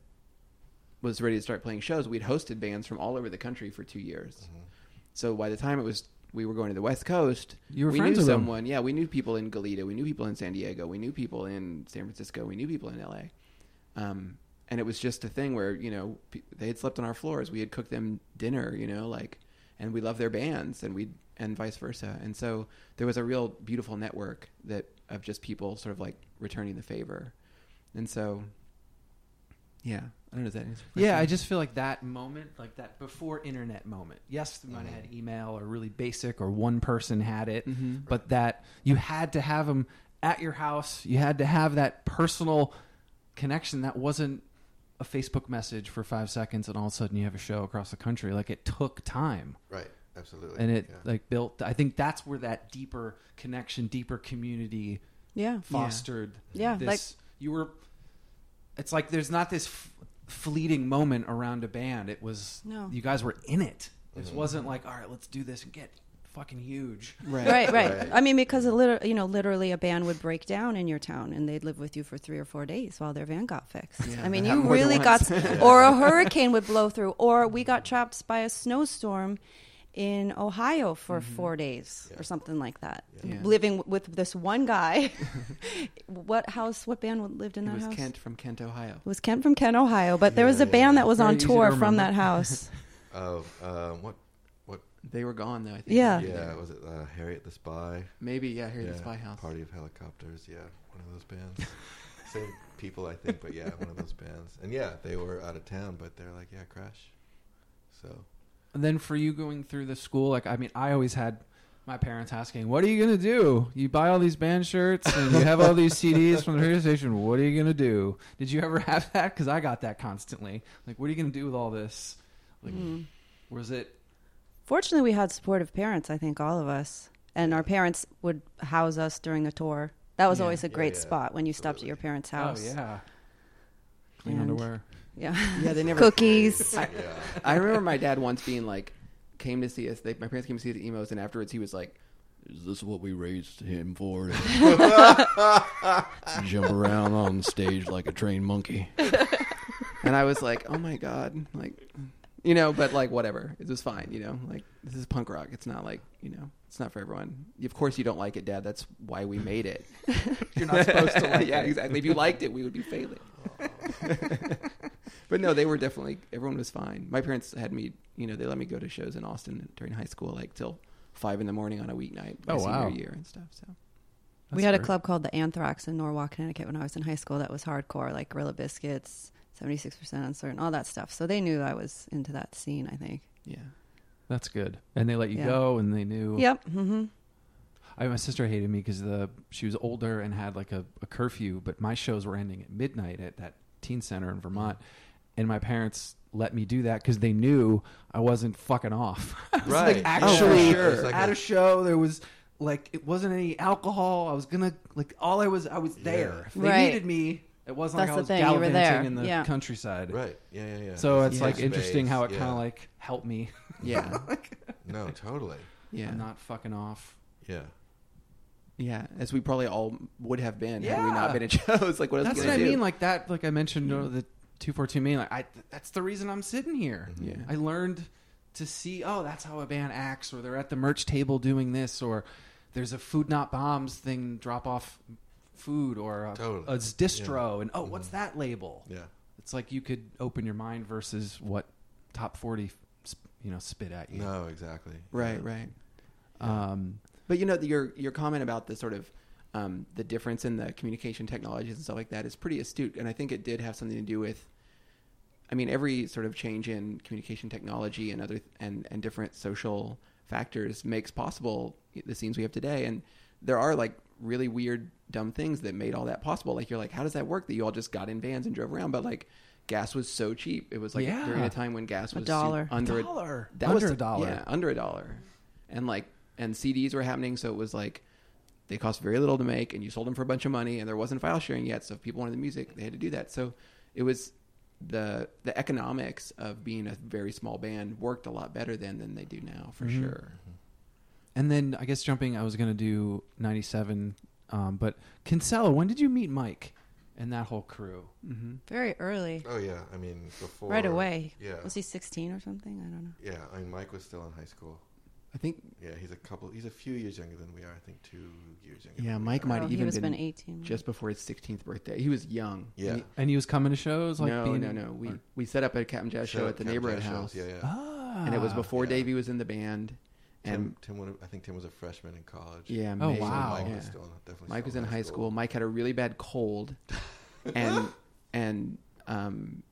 was ready to start playing shows, we'd hosted bands from all over the country for two years. Mm-hmm. So by the time it was, we were going to the West Coast. You were we friends knew with them. someone. Yeah, we knew people in Goleta, we knew people in San Diego, we knew people in San Francisco, we knew people in L.A. Um, and it was just a thing where you know pe- they had slept on our floors, we had cooked them dinner, you know, like, and we loved their bands, and we and vice versa. And so there was a real beautiful network that of just people sort of like returning the favor, and so yeah, I don't know. Is that answer your Yeah, I question? just feel like that moment, like that before internet moment. Yes, we might have had email or really basic or one person had it, but that you had to have them at your house. You had to have that personal connection that wasn't a Facebook message for five seconds and all of a sudden you have a show across the country. Like it took time Right. Absolutely. and it yeah. like built. I think that's where that deeper connection, deeper community Yeah. fostered. Yeah, this, like- you were. It's like there's not this f- fleeting moment around a band. It was No. you guys were in it. Mm-hmm. Mm-hmm. This wasn't like all right, let's do this and get fucking huge. Right, right. Right. I mean, because a liter- you know, literally a band would break down in your town, and they'd live with you for three or four days while their van got fixed. I mean, that you happened more than really once. got, [laughs] or a hurricane would blow through, or we got trapped by a snowstorm in Ohio for four days or something like that. Mm-hmm. Yeah. Living with this one guy. [laughs] what house? What band lived in that it was house? Kent from Kent, Ohio. It was Kent from Kent, Ohio, but there was a band that was Very on easy to tour from remember. [laughs] that house. Oh, um, what? What? They were gone though. I think. Yeah. Yeah. Was it uh, Harriet the Spy? Maybe yeah. Here at yeah. the spy house. Party of Helicopters. Yeah. One of [laughs] those bands. Same people, I think, but yeah, one of those bands. And yeah, they were out of town, but they're like, yeah, crash. So And then for you going through the school, like I mean, I always had my parents asking, "What are you gonna do? You buy all these band shirts and you have all these CDs from the radio station. What are you gonna do? Did you ever [laughs] have that? Because I got that constantly. Like, what are you gonna do with all this? Like, Mm-hmm. was it? Fortunately, we had supportive parents, I think, all of us. And our parents would house us during the tour. That was always a great yeah, spot when you stopped at your parents' house. Oh yeah, clean And- underwear. Yeah. Yeah, they never. Cookies. I remember my dad once being like, came to see us. They, my parents came to see the emos, and afterwards he was like, Is this what we raised him [laughs] for? Jump around on stage like a trained monkey. and I was like, oh my god, like, you know, but like whatever, it was fine, you know, like this is punk rock. It's not like you know, it's not for everyone. Of course, you don't like it, Dad. That's why we [laughs] made it. You're not supposed to like [laughs] yeah, exactly. If you liked it, we would [laughs] be failing. but no, they were definitely everyone was fine. My parents had me, you know, they let me go to shows in Austin during high school, like till five in the morning on a weeknight, my Oh, senior wow. year and stuff. So we had a club called the Anthrax in Norwalk, Connecticut when I was in high school that was hardcore, like Gorilla Biscuits, 76% Uncertain, all that stuff. So they knew I was into that scene, I think. yeah. That's good. And they let you Yeah. go, and they knew. Yep. hmm I, my sister hated me because the she was older and had like a, a curfew, but my shows were ending at midnight at that teen center in Vermont, and my parents let me do that because they knew I wasn't fucking off. [laughs] I was, like, Right. Yeah, for actually sure. It's like at a- a show there was like it wasn't any alcohol. I was gonna like all I was I was there. If they Right. needed me. It wasn't like That's the I was thing, you were gallivanting there. in the Yeah. countryside. right, yeah, yeah, yeah. So This it's is like your interesting space, how it yeah. kind of like helped me. [laughs] Yeah. no, totally, Yeah. I'm not fucking off. yeah. Yeah, as we probably all would have been had we Yeah. not been at [laughs] shows. Like, what else That's you what gonna I do? mean. Like that. Like I mentioned, uh, the two four two mean. Like I. That's the reason I'm sitting here. Yeah. I learned to see. Oh, that's how a band acts, or they're at the merch table doing this, or there's a food not bombs thing. Drop off food, or a, Totally. a distro, and oh, what's that label? Yeah. It's like you could open your mind versus what top forty, sp- you know, spit at you. No, exactly. right, right. Um, But you know, the, your your comment about the sort of um, the difference in the communication technologies and stuff like that is pretty astute, and I think it did have something to do with. I mean, every sort of change in communication technology and other and and different social factors makes possible the scenes we have today, and there are like really weird, dumb things that made all that possible. Like you're like, how does that work that you all just got in vans and drove around? But like, gas was so cheap; it was like Yeah. during a time when gas was su- dollar. under Dollar. that Under was a dollar. yeah, under a dollar, and like and CDs were happening, so it was like They cost very little to make, and you sold them for a bunch of money, and there wasn't file sharing yet. So if people wanted the music, they had to do that. So it was the the economics of being a very small band worked a lot better then than they do now for Mhm. sure. And then I guess jumping, I was gonna do '97, um, but Kinsella. When did you meet Mike and that whole crew? Mm-hmm. Very early. Oh yeah, I mean before right away. Yeah, Was he 16 or something? I don't know. yeah. I mean Mike was still in high school. I think Yeah, he's a couple. He's a few years younger than we are. I think two years younger. yeah, than we Mike are. might Oh, have he even would've been, been 18. just before his 16th birthday. He was young. Yeah. He- And he was coming to shows like no, being, no, no. We or- we set up a Captain Jazz Set show up at the Captain neighborhood Jazz house. Oh. shows, yeah, yeah. ah, and it was before Yeah. Davey was in the band. And Tim, Tim would have, I think Tim was a freshman in college. yeah, Oh, maybe. wow. Mike yeah. was still in, definitely. Mike was still in high school. Mike had a really bad cold, and and um,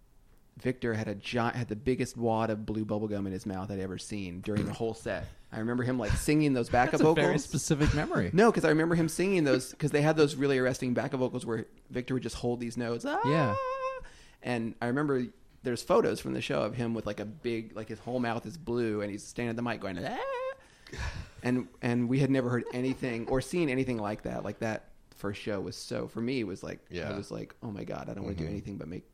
Victor had a giant, had the biggest wad of blue bubble gum in his mouth I'd ever seen during the whole set. I remember him like singing those backup That's a vocals. very specific memory. No, because I remember him singing those because they had those really arresting backup vocals where Victor would just hold these notes. Ah! Yeah. And I remember there's photos from the show of him with like a big like his whole mouth is blue and he's standing at the mic going ah! and and we had never heard anything or seen anything like that. Like that first show was so for me it was like Yeah. I was like oh my god I don't want to do anything but make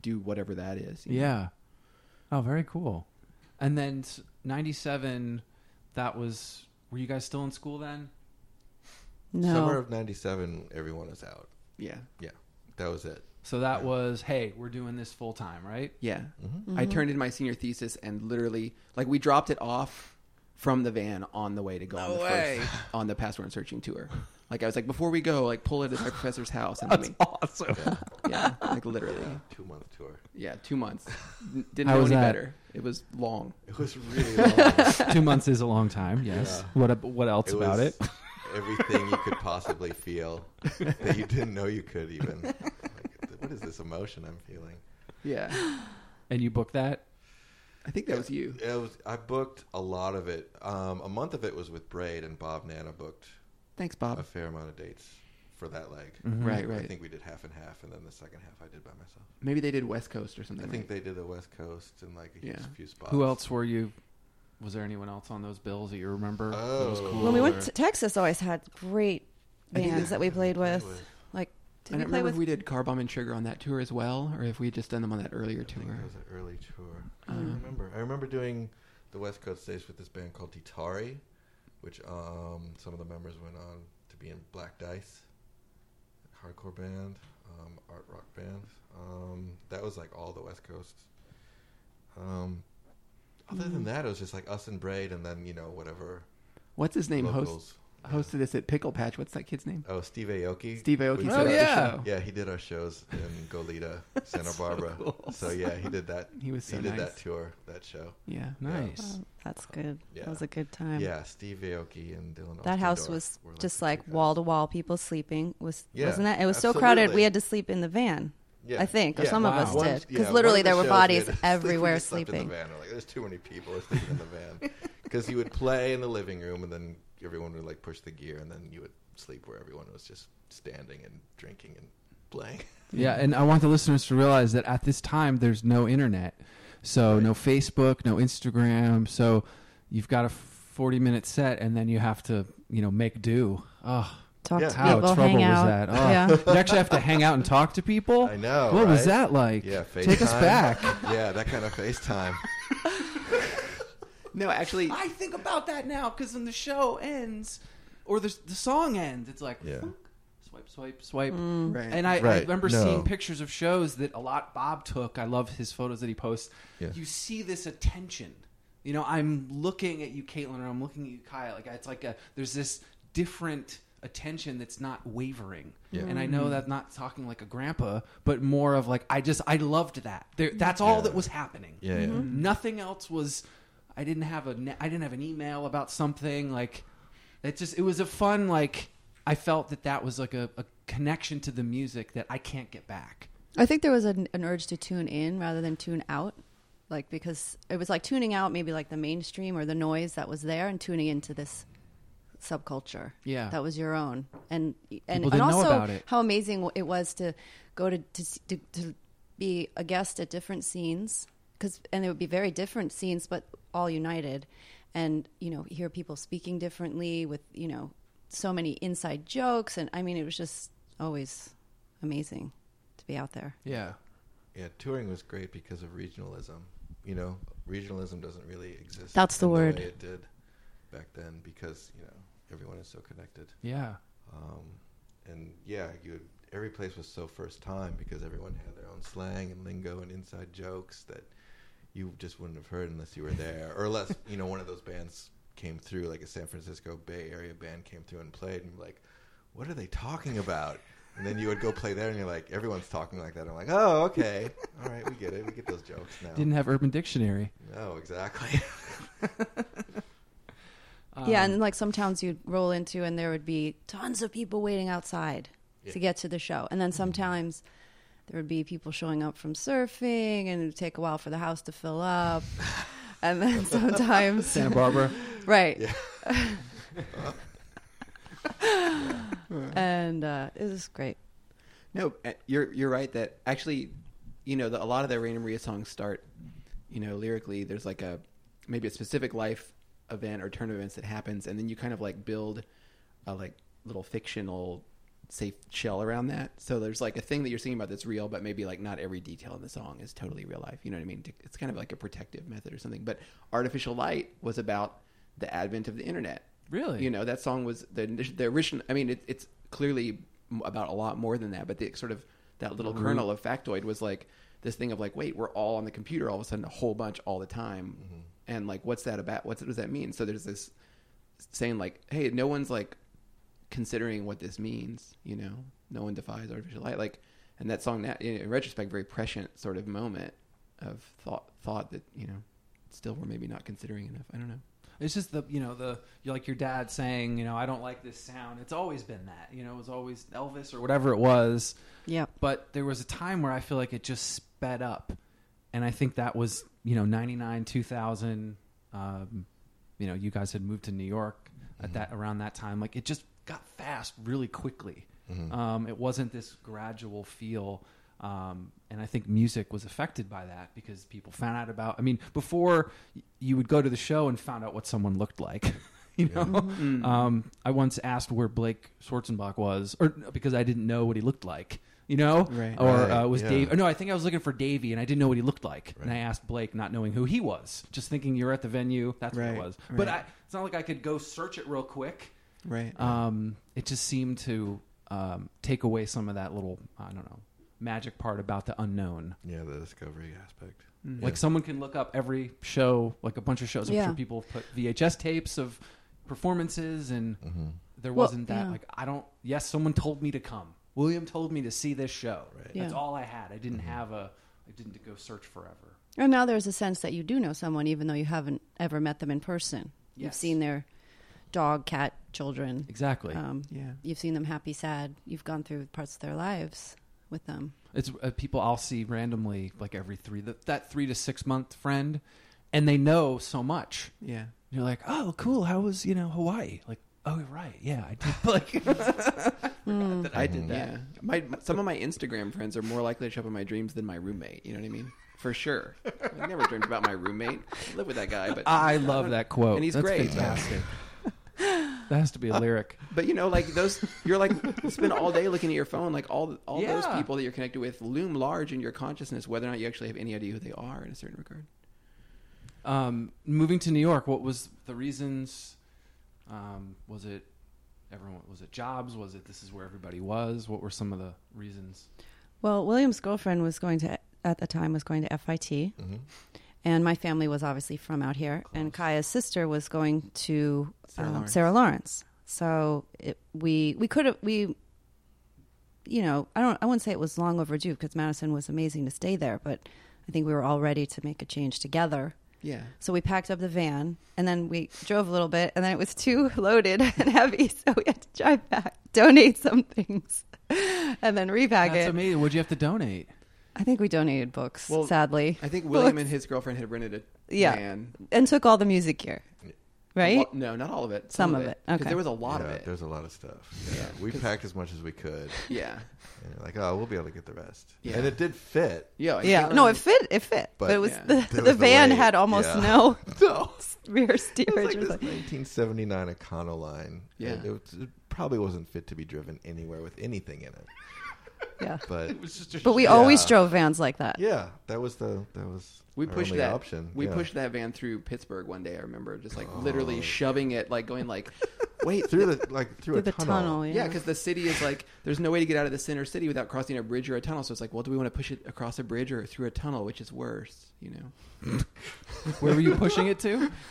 do whatever that is. you know? Yeah. Oh, very cool. And then '97, that was. Were you guys still in school then? No. Summer of '97, everyone was out. yeah Yeah, that was it. So that was, hey, we're doing this full time, right? Yeah. Mm-hmm. I Mm-hmm. turned in my senior thesis and literally like we dropped it off from the van on the way to go on, the First, on the password searching tour. Like I was like, before we go, like pull it at my professor's house and let me Awesome. Yeah. Like literally. Two month tour. Yeah, two months. N- Didn't How know was any that? better. It was long. It was [laughs] really long. Two months is a long time. Yes. What ab- What else about was it? everything you could [laughs] possibly feel that you didn't know you could even. Like, what is this emotion I'm feeling? Yeah. And you booked that. I think that was you. It was, I booked a lot of it. Um, a month of it was with Braid and Bob Nana booked Thanks, a Bob. fair amount of dates for that leg. Right, Mm-hmm. I Mm-hmm. right. think we did half and half, and then the second half I did by myself. Maybe they did West Coast or something. I think right? they did the West Coast and like a Yeah. huge few spots. Who else were you? Was there anyone else on those bills that you remember? that was Oh. cool. When we or- went to Texas, always had great think bands that- that we played with. with- Like, did I we don't play remember with? if we did Car Bomb and Sugar on that tour as well, or if we had just done them on that earlier I tour. think it was an early tour. I Uh-huh. don't remember. I remember doing the West Coast stage with this band called Titari, which um, some of the members went on to be in Black Dice, hardcore band, um, art rock band. Um, that was like all the West Coast. Um, other Mm-hmm. than that, it was just like us and Braid, and then you know whatever What's his name? Host locals. hosted us at Pickle Patch. What's that kid's name? Oh, Steve Aoki. Steve Aoki Oh, We set did up the our- yeah. show. Yeah, he did our shows [laughs] in Goleta, Santa Barbara. So, yeah, he did that. He was so he did nice. that tour, that show. Yeah. Nice. Oh, that's good. Yeah. That was a good time. Yeah, Steve Aoki and Dylan. That house Ostendorf was were, just the like big wall guys. to wall people sleeping. Was Yeah, wasn't that? It was so crowded. absolutely. We had to sleep in the van. Yeah. I think, or Yeah. some Wow. of us One- did, yeah, because one literally of the there were shows we [laughs] had bodies to sleep- we everywhere just slept In sleeping. the van. We're like, there's too many people we're sleeping in the [laughs] van because you would play in the living room and then everyone would like push the gear and then you would sleep where everyone was just standing and drinking and playing. Yeah, and I want the listeners to realize that at this time there's no internet, so no Facebook, no Instagram. So you've got a 40 minute set, and then you have to you know make do. Oh, Talk Yeah. to how people, trouble hang out. was that? Oh. Yeah. you actually have to hang out and talk to people. I know, What was right? that like? [laughs] Yeah, FaceTime. Take us back. yeah, that kind of FaceTime. No, actually, I think about that now because when the show ends or the the song ends, it's like Yeah. "Funk," swipe, swipe, swipe. Mm. Right. And I, I Right, remember no. seeing pictures of shows that a lot Bob took. I love his photos that he posts. Yeah. You see this attention. You know, I'm looking at you, Caitlin, or I'm looking at you, Kyle. Like it's like a there's this different attention that's not wavering. And I know that not talking like a grandpa, but more of like I just I loved that. There, that's all that was happening. Yeah, yeah. Mhm. Nothing else was. I didn't have a. ne- I didn't have an email about something like. It just. It was a fun like. I felt that that was like a, a connection to the music that I can't get back. I think there was an, an urge to tune in rather than tune out, like because it was like tuning out maybe like the mainstream or the noise that was there, and tuning into this subculture. Yeah. that was your own, and and, People and didn't know also about it. how amazing it was to go to to s- to, to be a guest at different scenes, because and it would be very different scenes, but all united, and you know hear people speaking differently with you know so many inside jokes, and I mean, it was just always amazing to be out there. Yeah. Yeah, touring was great because of regionalism. You know, regionalism doesn't really exist. That's the in word. way it did back then because you know everyone is so connected. Yeah. Um, and yeah, you would, every place was so first time because everyone had their own slang and lingo and inside jokes that you just wouldn't have heard unless you were there or unless you know one of those bands came through, like a San Francisco Bay Area band came through and played, and you're like, what are they talking about? And then you would go play there, and you're like, everyone's talking like that. I'm like, oh, okay, all right, we get it, we get those jokes now. [laughs] Didn't have Urban Dictionary. No, exactly. yeah, Um, and like some towns you'd roll into, and there would be tons of people waiting outside Yeah. to get to the show, and Mm-hmm. then sometimes there would be people showing up from surfing, and it would take a while for the house to [laughs] fill up, and then sometimes Santa Barbara. [laughs] right? Yeah. and uh, it was great. No, uh, you're you're right that actually, you know, the, a lot of the Raina Maria songs start, you know, lyrically. There's like a maybe a specific life event or turn of events that happens, and then you kind of like build a like little fictional safe shell around that. So there's like a thing that you're singing about that's real, but maybe like not every detail in the song is totally real life. You know what I mean? To- It's kind of like a protective method or something. But artificial light was about the advent of the internet. Really? You know, that song was the the original. I mean, it, it's clearly m- about a lot more than that, but the sort of that little kernel of factoid was like this thing of like, wait, we're all on the computer all of a sudden, a whole bunch all the time, and like, what's that about? What's, what does that mean? So there's this saying like, hey, no one's like considering what this means. You know, no one defies artificial light. Like, and that song, now, in in retrospect, very prescient sort of moment of thought thought that you know, still we're maybe not considering enough. I don't know. It's just the you know the you like your dad saying you know I don't like this sound. It's always been that you know it was always Elvis or whatever it was. Yep. But there was a time where I feel like it just sped up, and I think that was you know ninety nine two thousand. Um, you know, you guys had moved to New York at that around that time. Like it just got fast really quickly. Um, it wasn't this gradual feel. Um, and I think music was affected by that because people found out about. I mean, before y- you would go to the show and found out what someone looked like. [laughs] You know, um, I once asked where Blake Schwarzenbach was, or because I didn't know what he looked like. You know, Right. or Right, uh, was yeah. Dave? Or no, I think I was looking for Davey, and I didn't know what he looked like. And I asked Blake, not knowing who he was, just thinking you're at the venue. That's what it Right, was. But right. I, it's not like I could go search it real quick. Right. Um, it just seemed to um, take away some of that little, I don't know, magic part about the unknown. yeah, the discovery aspect. Like someone can look up every show, like a bunch of shows. I'm Yeah. sure people have put VHS tapes of performances, and there Well, wasn't that. yeah. Like I don't. Yes, someone told me to come. William told me to see this show. Right. Mm-hmm. That's Yeah. all I had. I didn't have a. I didn't go search forever. And now there's a sense that you do know someone, even though you haven't ever met them in person. You've Yes. seen their dog, cat, children. Exactly. Um, Yeah. You've seen them happy, sad. You've gone through parts of their lives with them. It's uh, people I'll see randomly, like every three that that three to six month friend, and they know so much. Yeah. And you're like, oh, cool. How was you know Hawaii? Like, oh, you're right. Yeah, I did. [laughs] Like, I Mm-hmm. did that. Yeah. My some of my Instagram friends are more likely to show up in my dreams than my roommate. You know what I mean? For [laughs] sure. I never dreamed about my roommate. I live with that guy, but I love that quote. And he's That's great. Fantastic. [laughs] that has to be a lyric. But you know, like those, you're like spend all day looking at your phone. Like all all those Yeah. people that you're connected with loom large in your consciousness, whether or not you actually have any idea who they are in a certain regard. Um, moving to New York, what was the reasons? Um, was it everyone? Was it jobs? Was it this is where everybody was? What were some of the reasons? Well, William's girlfriend was going to, at the time, was going to FIT. Mm-hmm. And my family was obviously from out here. And Kaya's sister was going to Sarah um, Lawrence. Sarah Lawrence. So it, we, we could have, we, you know, I don't, I wouldn't say it was long overdue because Madison was amazing to stay there, but I think we were all ready to make a change together. Yeah. So we packed up the van and then we drove a little bit and then it was too [laughs] loaded and heavy. [laughs] So we had to drive back, donate some things, [laughs] and then repack That's it. amazing. What'd you have to donate? I think we donated books, Well, sadly. [laughs] I think William and his girlfriend had rented a Yeah. van. and took all the music gear. Right? Lo- no, not all of it. Some of it. 'Cause Okay. There was a lot of Yeah, it. There's a lot of stuff. Yeah, we 'cause- packed as much as we could. Yeah. And you're like, oh, we'll be able to get the rest. Yeah. and it did fit. Yeah. yeah, no, it fit. It fit, but, But it was yeah. [laughs] the, There the was the van weight, had almost yeah. no, [laughs] No. [laughs] rear steerage. It was like It this was like- 1979 Econoline. Yeah. And it, was- it probably wasn't fit to be driven anywhere with anything in it. yeah, [laughs] But but we always Yeah. drove vans like that. yeah, that was the that was We our pushed only that option. We Yeah. Oh. pushed [laughs] that van through Pittsburgh one day. I remember just like literally shoving it, like going [laughs] like, wait, through the like through, Through a the tunnel. tunnel, yeah, because the city is like, there's no way to get out of the center city without crossing a bridge or a tunnel. So it's like, well, do we want to push it across a bridge or through a tunnel, which is worse, you know? Where were you pushing it to? [laughs]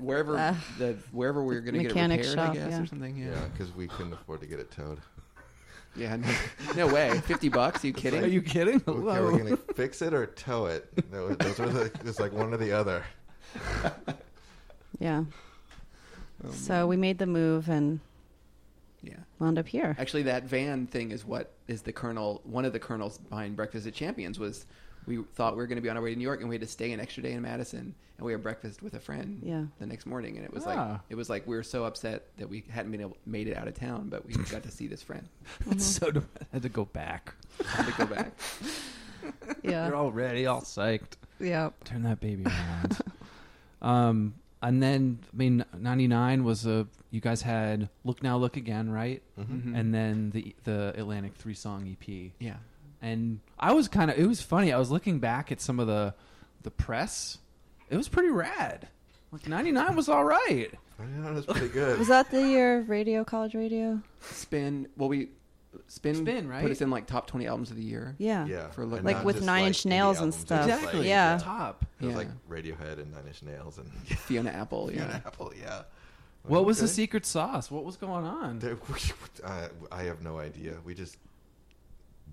Wherever Uh, the wherever we were going to get it mechanic repaired, shop, I guess, yeah. or something. Yeah, Yeah, because we couldn't afford to get [laughs] it towed. yeah, no, no way, fifty bucks? Are you kidding? Are you [laughs] kidding? Okay, we're gonna fix it or tow it. That was, those were the, it's like one or the other. Yeah. Oh, so we made the move and yeah. wound up here. Actually, that van thing is what is the colonel. One of the colonels behind Breakfast at Champions was we thought we were going to be on our way to New York, and we had to stay an extra day in Madison, and we had breakfast with a friend. Yeah. The next morning, and it was like Ah. it was like we were so upset that we hadn't been able made it out of town, but we got to see this friend. That's [laughs] so. dem- I had to go back. Had to go back. [laughs] yeah. You're already all psyched. yeah. Turn that [laughs] baby around. um, and then I mean, '99 was a. You guys had "Look Now, Look Again," right? Mm-hmm. And then the the Atlantic three song EP. Mm-hmm. yeah. And I was kind of. It was funny. I was looking back at some of the the press. It was pretty rad. Like '99 was all right. I mean, that [laughs] was pretty good. Was that the year of radio, college radio? Spin. Well, we spin. Spin, Put right? us in like top twenty albums of the year. Yeah. yeah, For look- and Like not with just, Nine Inch indie Nails and albums, it was stuff. like, Exactly. Yeah. Top. It was Yeah. like Radiohead and Nine Inch Nails and Fiona [laughs] Apple. Yeah. Apple. Yeah. What was the Okay. secret sauce? What was going on? There- [laughs] I, I have no idea. We just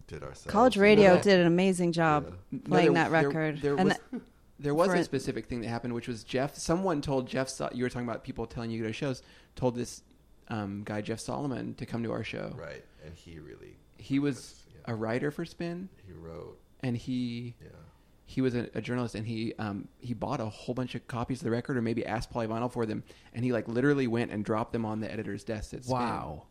did ourselves. College radio Well, did an amazing job No, playing there- that there- record. There, and was, there was for a it- specific thing that happened, which was Jeff. Someone told Jeff. So- You were talking about people telling you to go to shows. Told this um, guy Jeff Solomon to come to our show. Right, and he really He was Yeah. a writer for Spin, he wrote. and he Yeah. he was a, a journalist, and he um, he bought a whole bunch of copies of the record, or maybe asked Polyvinyl for them, and he like literally went and dropped them on the editor's desk at Spin. Wow.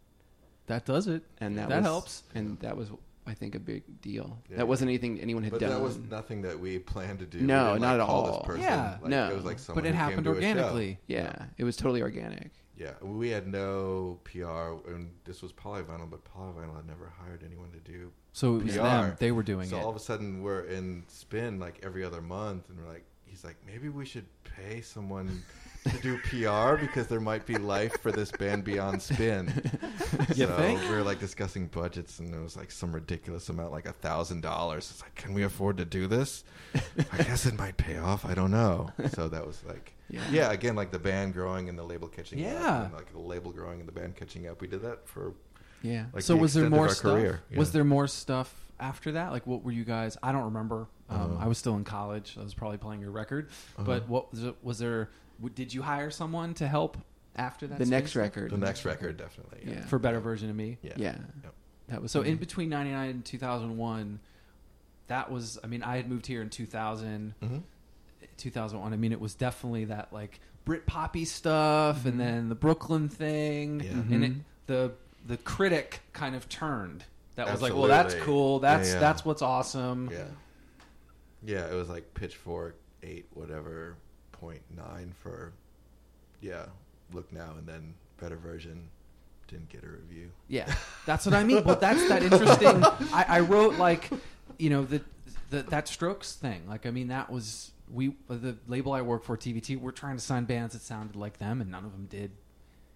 That does it. and that, that was- helps. and that was I think a big deal. Yeah. That wasn't anything anyone had But done. that was nothing that we planned to do. We No, didn't, not like, at call all. This person. Yeah. like, No. it was like someone But it who came happened to a show. organically. yeah, it was totally organic. Yeah, we had no PR, and this was Polyvinyl, but Polyvinyl had never hired anyone to do So it was PR. them. They were doing so it. all of a sudden, we're in spin like every other month, and we're like, he's like, maybe we should pay someone to [laughs] do PR because there might be life for this band beyond spin. [laughs] You so think? we were like discussing budgets, and it was like some ridiculous amount, like a thousand dollars. It's like, can we afford to do this? [laughs] I guess it might pay off. I don't know. So that was like. Yeah. again, like the band growing and the label catching Yeah. up, and like the label growing and the band catching up. We did that for Yeah. like so the was there extent of more our stuff? Career. Was Yeah. there more stuff after that? Like, what were you guys? I don't remember. Um, Uh-huh. I was still in college. I was probably playing your record. But what was, it, was there? w- Did you hire someone to help after that? the space next stuff? record. the next record? Definitely. Yeah. for better version of me. Yeah. Mm-hmm. Yeah. Yep. That was So in between '99 and 2001, that was. I mean, I had moved here in 2000. Mm-hmm. 2001. I mean, it was definitely that like Brit Poppy stuff, and then the Brooklyn thing, Yeah. and it, the the critic kind of turned. That was like, well, Absolutely. that's cool. That's Yeah, yeah. that's what's awesome. Yeah. Yeah, it was like Pitchfork eight whatever point nine for yeah, look now and then better version didn't get a review. Yeah, that's what I mean. But that's [laughs] that interesting. I, I wrote like, you know, the, the that Strokes thing. Like, I mean, that was we the label I work for, TVT. We're trying to sign bands that sounded like them, and none of them did.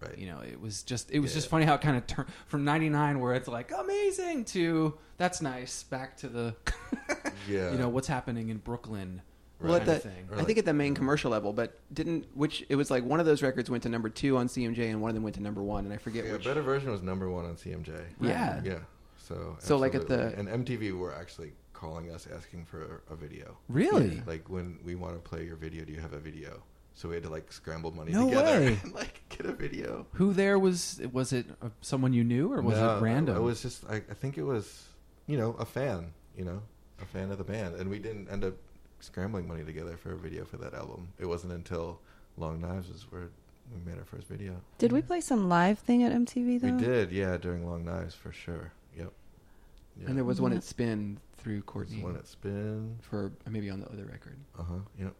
Right. You know, it was just it was Yeah. just funny how it kind of turned from '99, where it's like amazing, to that's nice, back to the, [laughs] Yeah. you know, what's happening in Brooklyn. well, at kind of the, thing. I think at the main commercial level, but didn't which it was like one of those records went to number two on CMJ and one of them went to number one, and I forget Yeah, which. better version was number one on CMJ. Yeah. Yeah. So So, like, at the- absolutely. and MTV were actually calling us asking for a, a video. Really? Like when we want to play your video, do you have a video? So we had to like scramble money No together way. [laughs] and like get a video. Who there was was it uh, someone you knew or was No, it random? It was just I, I think it was you know a fan, you know, a fan of the band, and we didn't end up scrambling money together for a video for that album. It wasn't until Long Knives is where we made our first video. Did we play some live thing at MTV though? We did, yeah, during Long Knives for sure. Yep. Yeah. And there was one at Spin through Courtney. One at Spin Mm. for maybe on the other record. Uh huh. Yep.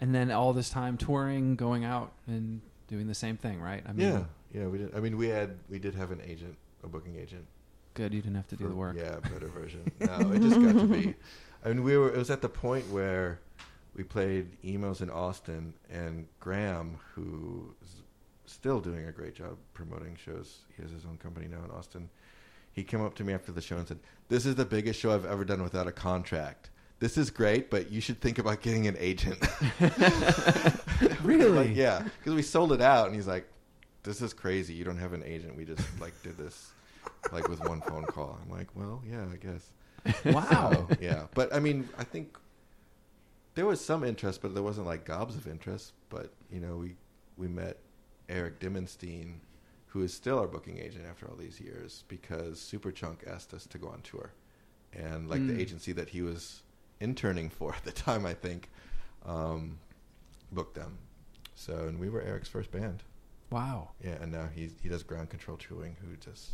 And then all this time touring, going out and doing the same thing, right? Mm. I mean, yeah, yeah. We did. I mean, we had we did have an agent, a booking agent. Good, you didn't have to do for- the work. Yeah, better version. No, it just got to be. I mean, we were. It was at the point where we played emos in Austin, and Graham, who's still doing a great job promoting shows, he has his own company now in Austin. He came up to me after the show and said, "This is the biggest show I've ever done without a contract." This is great, but you should think about getting an agent. Really? Like, yeah, because we sold it out, and he's like, "This is crazy. You don't have an agent. We just like did this, like with one phone call." I'm like, "Well, yeah, I guess." Wow. So, yeah, but I mean, I think there was some interest, but there wasn't like gobs of interest. But you know, we we met Eric Dimenstein, who is still our booking agent after all these years, because Superchunk asked us to go on tour, and like Hmm. the Mm. agency that he was interning for at the time, I think, um, booked them. So, and we were Eric's first band. Wow. Yeah, and now he he does ground control chewing, who just,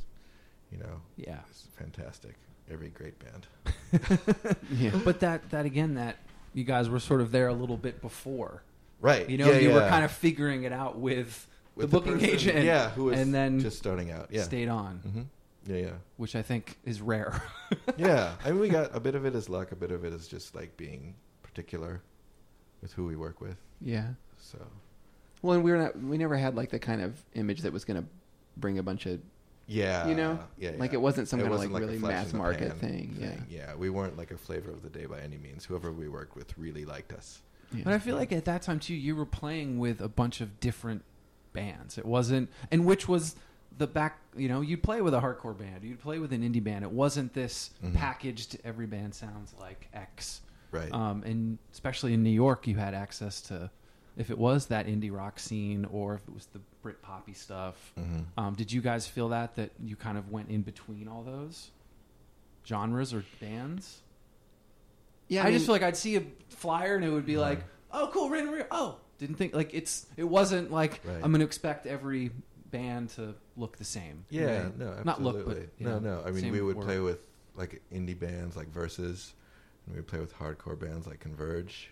you know, Yeah. is fantastic. Every great band. [laughs] But that that again that you guys were sort of there a little bit before. Right. You know, Yeah, you were yeah. kind of figuring it out with, With the booking person- agent. yeah, who was and then just starting out, yeah. stayed on, hmm Yeah, yeah, [laughs] which I think is rare. [laughs] yeah. I mean, we got a bit of it is luck, a bit of it is just like being particular with who we work with. Yeah. So Well, and we were not. We never had like the kind of image that was going to bring a bunch of. yeah, You know? yeah, Like, yeah. it wasn't some It kinda, wasn't like, a really flash mass in the market pan thing, yeah. yeah. We weren't like a flavor of the day by any means. Whoever we worked with really liked us. But I feel like at that time too, you were playing with a bunch of different bands. It wasn't, and which was the back. You know, you'd play with a hardcore band, you'd play with an indie band. It wasn't this packaged. Every band sounds like X, Right. Um, and especially in New York, you had access to. If it was that indie rock scene, or if it was the Brit poppy stuff, um, did you guys feel that that you kind of went in between all those genres or bands? Yeah, I, just mean, feel like I'd see a flyer and it would be like, "Oh, cool, Rain Maria. Oh, didn't think like it's it wasn't like Right. I'm going to expect every band to look the same. Yeah, Right? no, absolutely. not look, but you no, know, no. I mean, same we would word. play with like indie bands like Versus, and we would play with hardcore bands like Converge,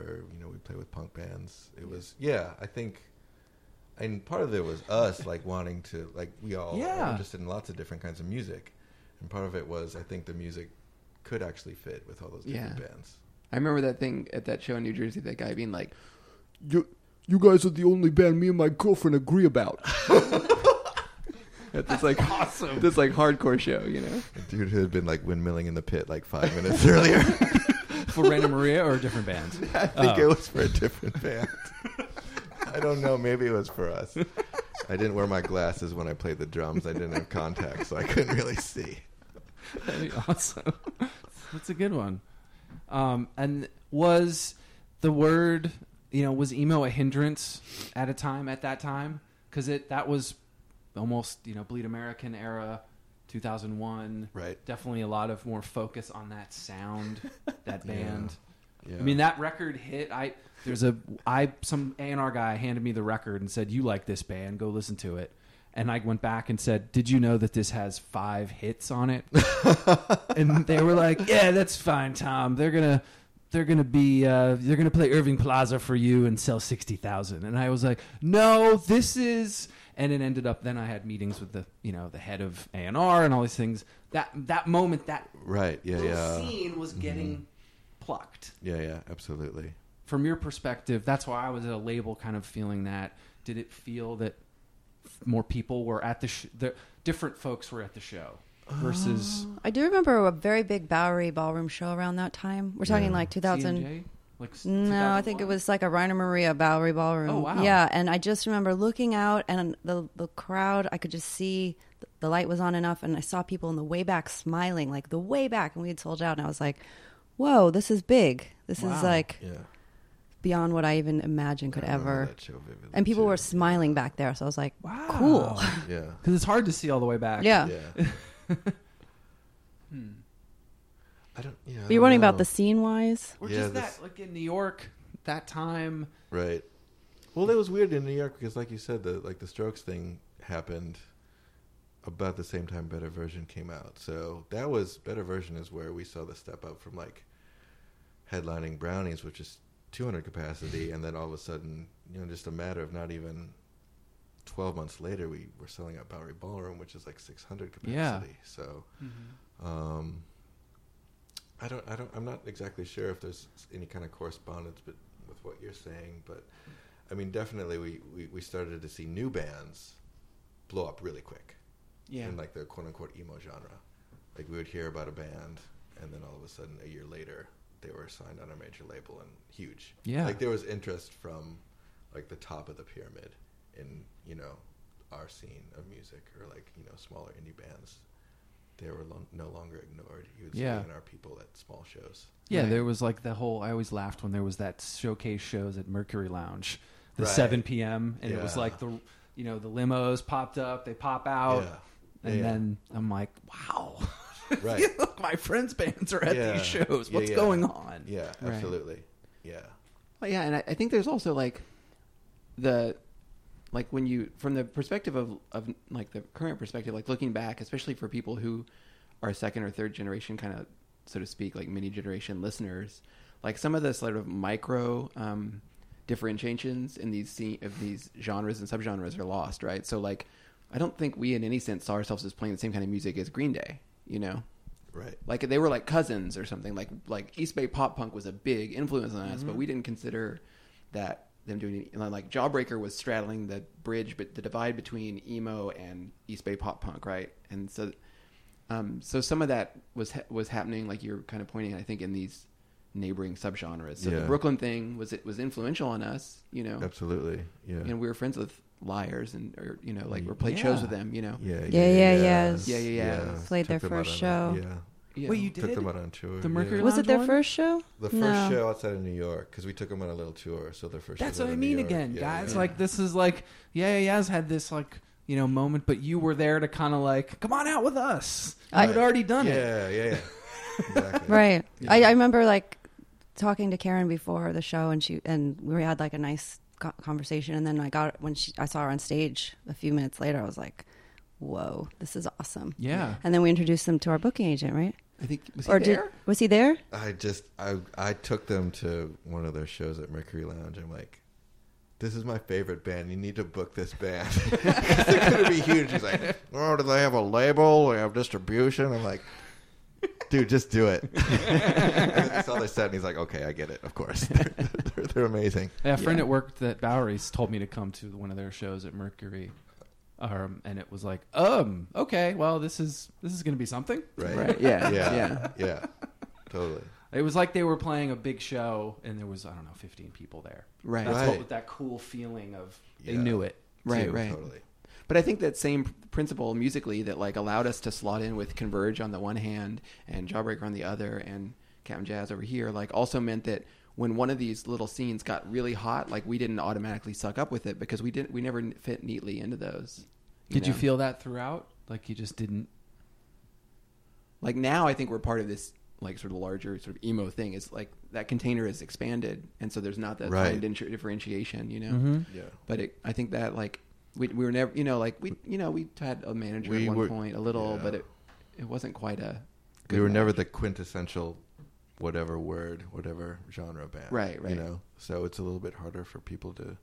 or you know, we play with punk bands. It was yeah, I think, and part of it was us like wanting to like we all Yeah. were interested in lots of different kinds of music, and part of it was I think the music could actually fit with all those different Yeah. bands. I remember that thing at that show in New Jersey. That guy being like, You, you guys are the only band me and my girlfriend agree [laughs] about. at this like awesome, this like hardcore show. You know, The dude who had been like windmilling in the pit like five minutes [laughs] earlier. for Raina Maria or a different band. I think it was for a different band. I don't know. Maybe it was for us. I didn't wear my glasses when I played the drums. I didn't have contacts, so I couldn't really see. That'd be [laughs] awesome. That's a good one. Um, and was the word, you know, was emo a hindrance at a time at that time? Because it that was almost you know bleed American era, two thousand one. Right. Definitely a lot of more focus on that [laughs] sound, that Yeah. band. Yeah. I mean that record hit. I there's a I some A and R guy handed me the record and said you like this band, go listen to it. And I went back and said, "Did you know that this has five hits on it?" and they were like, "Yeah, that's fine, Tom. They're gonna." They're gonna be, uh, they're gonna play Irving Plaza for you and sell sixty thousand. And I was like, no, this is. And it ended up. Then I had meetings with the, you know, the head of A and R and all these things. That that moment, that right. Yeah. little Yeah. scene was getting plucked Yeah. Yeah. Absolutely. from your perspective, that's why I was at a label kind of feeling that. Did it feel that more people were at the, sh- the different folks were at the show versus I do remember a very big Bowery ballroom show around that time. We're talking like 2000. C&J? Like s- No, I think it 2001? was like a Rainer Maria Bowery ballroom. Oh, wow. Yeah, and I just remember looking out and the the crowd. I could just see th- the light was on enough, and I saw people in the way back smiling, like the way back, and we had sold out. And I was like, "Whoa, this is big. This Wow. is like Yeah. beyond what I even imagined could I remember ever." that show vividly, And people too. were smiling back there, so I was like, Wow. [laughs] "Cool, [laughs] Yeah. because it's hard to see all the way back. yeah." [laughs] Yeah. I don't. Yeah. I But you're don't wondering about know. the scene wise. or Yeah, just this- that like in New York that time Right. Well, it was weird in New York because, like you said, the like the Strokes thing happened about the same time Better Version came out. So that was Better Version is where we saw the step up from like headlining Brownies, which is 200 capacity, and then all of a sudden, you know, just a matter of not even 12 months later, we were selling out Bowery Ballroom, which is like 600 capacity. Yeah. So. Um, I don't, I don't, I'm not exactly sure if there's any kind of correspondence but with what you're saying, but I mean, definitely we, we, we started to see new bands blow up really quick. Yeah. In like the quote unquote emo genre. Like we would hear about a band and then all of a sudden a year later they were signed on a major label and huge. Yeah. Like there was interest from like the top of the pyramid in, you know, our scene of music or like, you know, smaller indie bands. They were lo- no longer ignored. You would Yeah. see in our people at small shows. Yeah, there was like the whole. I always laughed when there was that showcase shows at Mercury Lounge, the Right. 7 p.m. and it was Yeah. like the you know the limos popped up, they pop out, Yeah. and Yeah. then I'm like, wow, [laughs] Right. look, my friends' bands are at Yeah. these shows. Yeah, What's yeah. going on? Yeah, Right. absolutely. Yeah. Well, yeah, and I, I think there's also like the like when you from the perspective of of like the current perspective, like looking back, especially for people who are second or third generation, kind of so to speak, like mini generation listeners, like some of the sort of micro um, differentiations in these scene of these genres and subgenres are lost, right? So like, I don't think we in any sense saw ourselves as playing the same kind of music as Green Day, you know? Right. like they were like cousins or something like like east bay pop punk was a big influence on Mm-hmm. us but we didn't consider that them doing any, and, like jawbreaker was straddling the bridge but the divide between emo and east bay pop punk right and so um so some of that was ha- was happening like you're kind of pointing i think in these neighboring subgenres so the Yeah. brooklyn thing was it was influential on us you know Absolutely. Yeah. and we were friends with liars and or you know like we played shows with them you know Yeah, Yeah, yeah, yes. Yeah, yeah, yeah. Played Took their them out first on a- show. Yeah. Wait, you Yeah. Took did them out on tour. the yeah. Mercury Was it Lounge their one? first show? The first No. show outside of New York because we took them on a little tour, so their first. That's show what was I in New mean York. again, Yeah, guys. yeah. Like this is like yeah, yeah, yeah's had this like you know moment, but you were there to kind of like come on out with us. I had already done it. yeah, yeah, yeah. [laughs] Exactly. Right. I, I remember like talking to Karen before the show, and she and we had like a nice co- conversation. And then I got when she I saw her on stage a few minutes later, I was like, "Whoa, this is awesome!" Yeah. And then we introduced them to our booking agent, right? i think was he or there? did was he there? I just I I took them to one of their shows at Mercury Lounge. I'm like, this is my favorite band. You need to book this band. [laughs] 'Cause They're gonna be huge. He's like, oh, do they have a label? They have distribution. I'm like. Dude, just do it. [laughs] and then I saw their set, and he's like, "Okay, I get it. Of course, [laughs] they're, they're, they're amazing." Yeah, a friend at work that Bowery's told me to come to one of their shows at Mercury, um, and it was like, um, okay, well, this is this is going to be something. Right? Right, yeah, [laughs] yeah, yeah. yeah. Totally. It was like they were playing a big show, and there was I don't know, fifteen people there. Right. That's Right. what with that cool feeling of they Yeah. knew it. right too. right Totally. But I think that same pr- principle musically that like allowed us to slot in with Converge on the one hand and Jawbreaker on the other and Captain Jazz over here, like also meant that when one of these little scenes got really hot, like we didn't automatically suck up with it because we didn't we never n- fit neatly into those. Did you know? feel that throughout? Like you just didn't. like now I think we're part of this like sort of larger sort of emo thing. It's like that container is expanded and so there's not that fine Right. differ- differentiation, you know. Mm-hmm. Yeah. But it, I think that like we, we were never, you know, like we, you know, we had a manager We at one were- point a little, yeah. but it, it wasn't quite a. we were match. never the quintessential whatever word whatever genre band Right, you right. know so it's a little bit harder for people to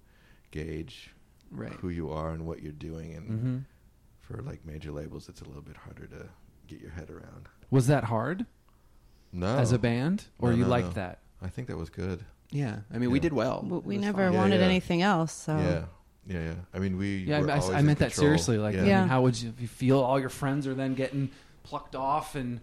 gauge Right. Mm-hmm. who you are and what you're doing and for like major labels it's a little bit harder to get your head around Was that hard no as a band, or Oh. No, you no, liked no. that? i think that was good Yeah, I mean, we Yeah. did well. W- It We was never fine. Yeah, wanted yeah. anything else. Oh. So yeah yeah yeah i mean we Yeah, were I, always I, I in meant that control. seriously. Like, yeah. I mean, Yeah. how would you, if you feel all your friends are then getting plucked off and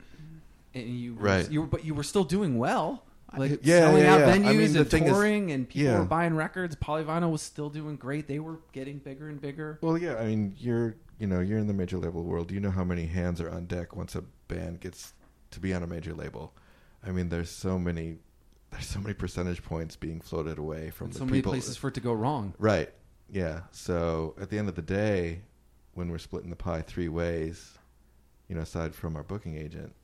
and you were- Right. you were, but you were still doing well. Like yeah, selling yeah, out yeah. I venues mean, the and thing is- touring, and people yeah. were buying records. Polyvinyl was still doing great. They were getting bigger and bigger. well yeah i mean you're you know you're in the major label world you know how many hands are on deck once a band gets to be on a major label i mean there's so many there's so many percentage points being floated away from And the so many people places for it to go wrong. Right. Yeah. So at the end of the day, when we're splitting the pie three ways, you know, aside from our booking agent,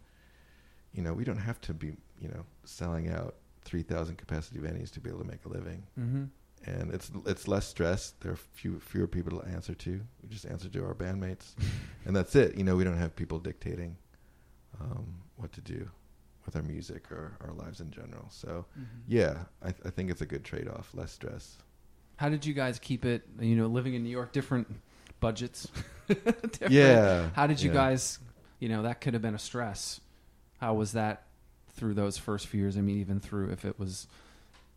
you know, we don't have to be, you know, selling out 3,000 capacity venues to be able to make a living. Mm-hmm. and it's it's less stress. There are few, fewer people to answer to. We just answer to our bandmates, and that's it. You know, we don't have people dictating um, what to do with our music or our lives in general. So, yeah, I, I think it's a good trade off. Less stress. How did you guys keep it? You know, living in New York, different budgets. [laughs] [laughs] different- Yeah, How did you yeah. guys? You know, that could have been a stress. How was that through those first few years? I mean, even through if it was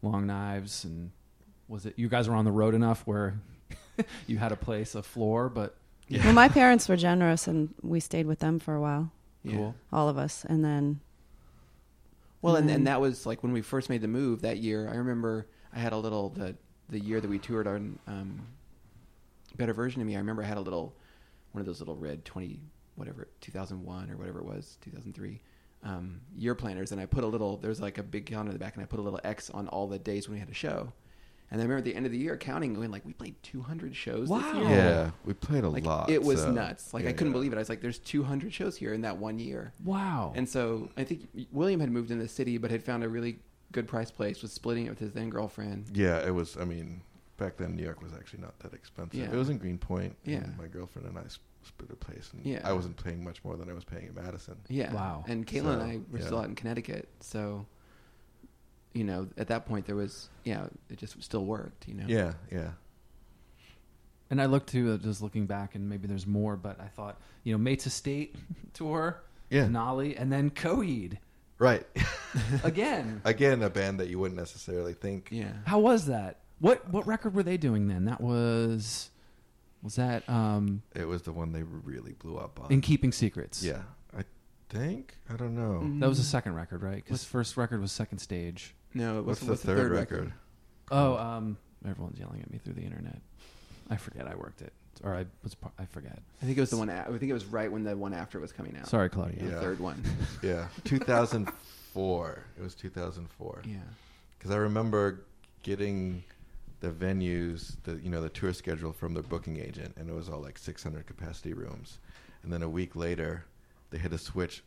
long knives and was it you guys were on the road enough where [laughs] you had a place, a floor, but Well, my parents were generous, and we stayed with them for a while. Yeah. Cool. All of us, and then Well, and, Mhm. and that was like when we first made the move that year. I remember I had a little the the year that we toured on um, Better Version of Me. I remember I had a little one of those little red twenty whatever two thousand one or whatever it was two thousand three um, year planners, and I put a little there was like a big calendar in the back, and I put a little X on all the days when we had a show. And I remember at the end of the year counting, going like we played two hundred shows. This year. Yeah, we played a Like, lot. It was so- nuts. Like I yeah, couldn't yeah. believe it. I was like, "There's 200 shows here in that one year." Wow. And so I think William had moved in the city, but had found a really good price place. Was splitting it with his then girlfriend. Yeah, it was. I mean, back then New York was actually not that expensive. Yeah. It was in Greenpoint. Yeah. and my girlfriend and I sp- split a place, and Yeah. I wasn't paying much more than I was paying in Madison. Yeah. And Caitlin and So, I were yeah. still out in Connecticut, so you know, at that point there was yeah, it just still worked. You know. Yeah, yeah. And I look too, uh, just looking back, and maybe there's more, but I thought, you know, Mates Estate [laughs] tour, Yeah. Nolly, and then Coheed Right. [laughs] again. [laughs] Again, a band that you wouldn't necessarily think. Yeah. How was that? What what record were they doing then? That was was that um, It was the one they really blew up on. in Keeping Secrets? Yeah, I think I don't know. Mm-hmm. that was the second record, right? Because first record Mm. was Second Stage. No, it was What's the third, record? Oh, um, everyone's yelling at me through the internet. I forget I worked it, or I was par- I forget. I think it was the one. a- I think it was right when the one after was coming out. Sorry, Claudia. The Yeah. third [laughs] one. Yeah, 2004. it was 2004. yeah. because I remember getting the venues, the you know the tour schedule from the booking agent, and it was all like 600 capacity rooms, and then a week later, they had to switch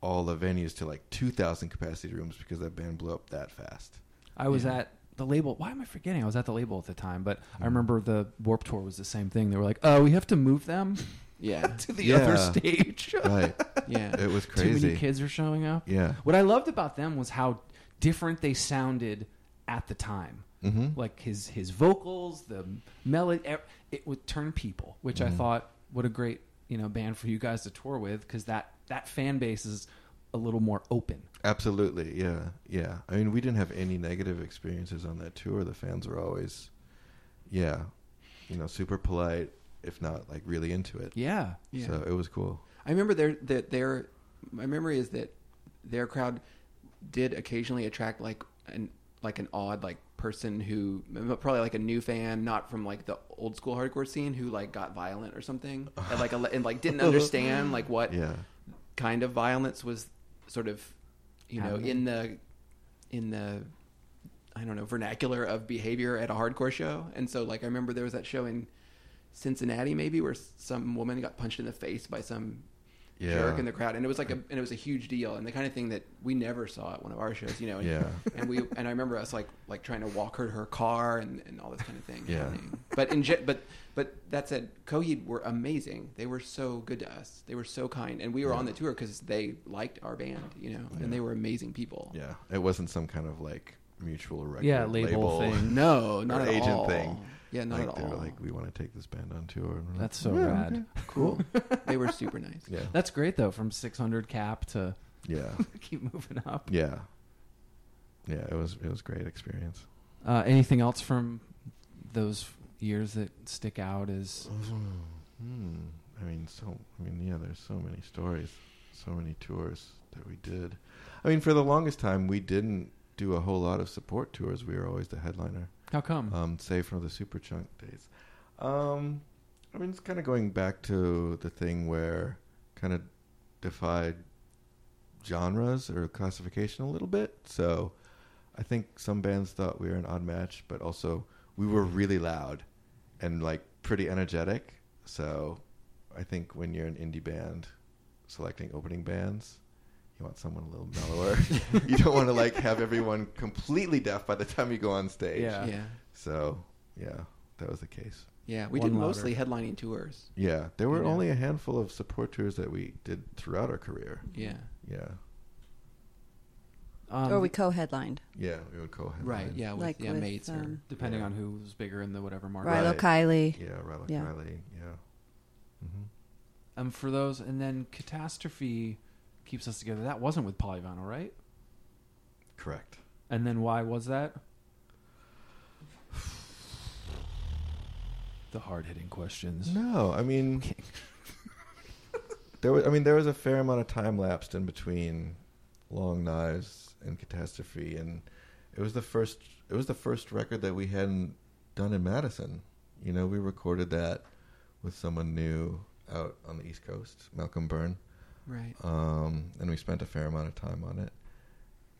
all the venues to like 2,000 capacity rooms because that band blew up that fast. I was at the label. Why am I forgetting? I was at the label at the time, but I remember the Warp Tour was the same thing. They were like, "Oh, we have to move [laughs] them Yeah. to the Yeah. other stage." [laughs] Right, Yeah. it [laughs] was Too crazy. many kids are showing up. Yeah. What I loved about them was how different they sounded at the time. Mm-hmm. Like his his vocals, the melody, e- it would turn people, which Mm-hmm. I thought what a great you know band for you guys to tour with because that that fan base is a little more open. Absolutely, yeah, yeah. I mean, we didn't have any negative experiences on that tour. The fans were always, yeah, you know, super polite, if not like really into it. Yeah. Yeah. So it was cool. I remember their that their my memory is that their crowd did occasionally attract like an like an odd like person who probably like a new fan not from like the old school hardcore scene who like got violent or something and like ele- and like didn't understand like what Yeah. kind of violence was sort of you know Happening. in the in the I don't know vernacular of behavior at a hardcore show, and so like I remember there was that show in Cincinnati maybe where s- some woman got punched in the face by some Yeah. jerk in the crowd, and it was like a and it was a huge deal and the kind of thing that we never saw at one of our shows, you know. And, Yeah. and we and I remember us like like trying to walk her to her car and, and all this kind of thing. Yeah. happening. But in ge- but but that said, Coheed were amazing. They were so good to us. They were so kind, and we were on the tour because they liked our band, you know, and they were amazing people. Yeah, it wasn't some kind of like mutual record Yeah, [laughs] label thing. No, or not at agent all. thing. Yeah, not like, at they were all. like, we want to take this band on tour. And we're That's so like, rad. [laughs] cool. they were super nice. Yeah, That's great though. From 600 cap to yeah, [laughs] keep moving up. yeah, yeah. It was it was a great experience. Uh, anything else from those years that stick out is Hmm. I mean, so I mean, yeah. There's so many stories, so many tours that we did. I mean, for the longest time, we didn't do a whole lot of support tours. We were always the headliner. how come? um, save from the super chunk days. Um, I mean, it's kind of going back to the thing where kind of defied genres or classification a little bit. So I think some bands thought we were an odd match, but also we were really loud and like pretty energetic. So I think when you're an indie band selecting opening bands, you want someone a little mellower. you don't want to like have everyone completely deaf by the time you go on stage. Yeah. Yeah. So yeah, that was the case. Yeah, we did mostly headlining tours. Yeah, there were You know? only a handful of support tours that we did throughout our career. Yeah. yeah, Um, or we co-headlined. yeah. We would call headline. Right, yeah, with, Like yeah, with, mates or um, depending on who's bigger in the whatever market. Rilo Kiley. Yeah, Rilo Yeah. Kiley. Yeah. Um, for those, and then catastrophe keeps us together. That wasn't with Polyvinyl, right? Correct. And then why was that? [sighs] The hard hitting questions. No, [laughs] I mean, there was. I mean, there was a fair amount of time lapsed in between Long Knives and Catastrophe, and it was the first. It was the first record that we hadn't done in Madison. You know, we recorded that with someone new out on the East Coast, Malcolm Byrne. Right. Um, and we spent a fair amount of time on it.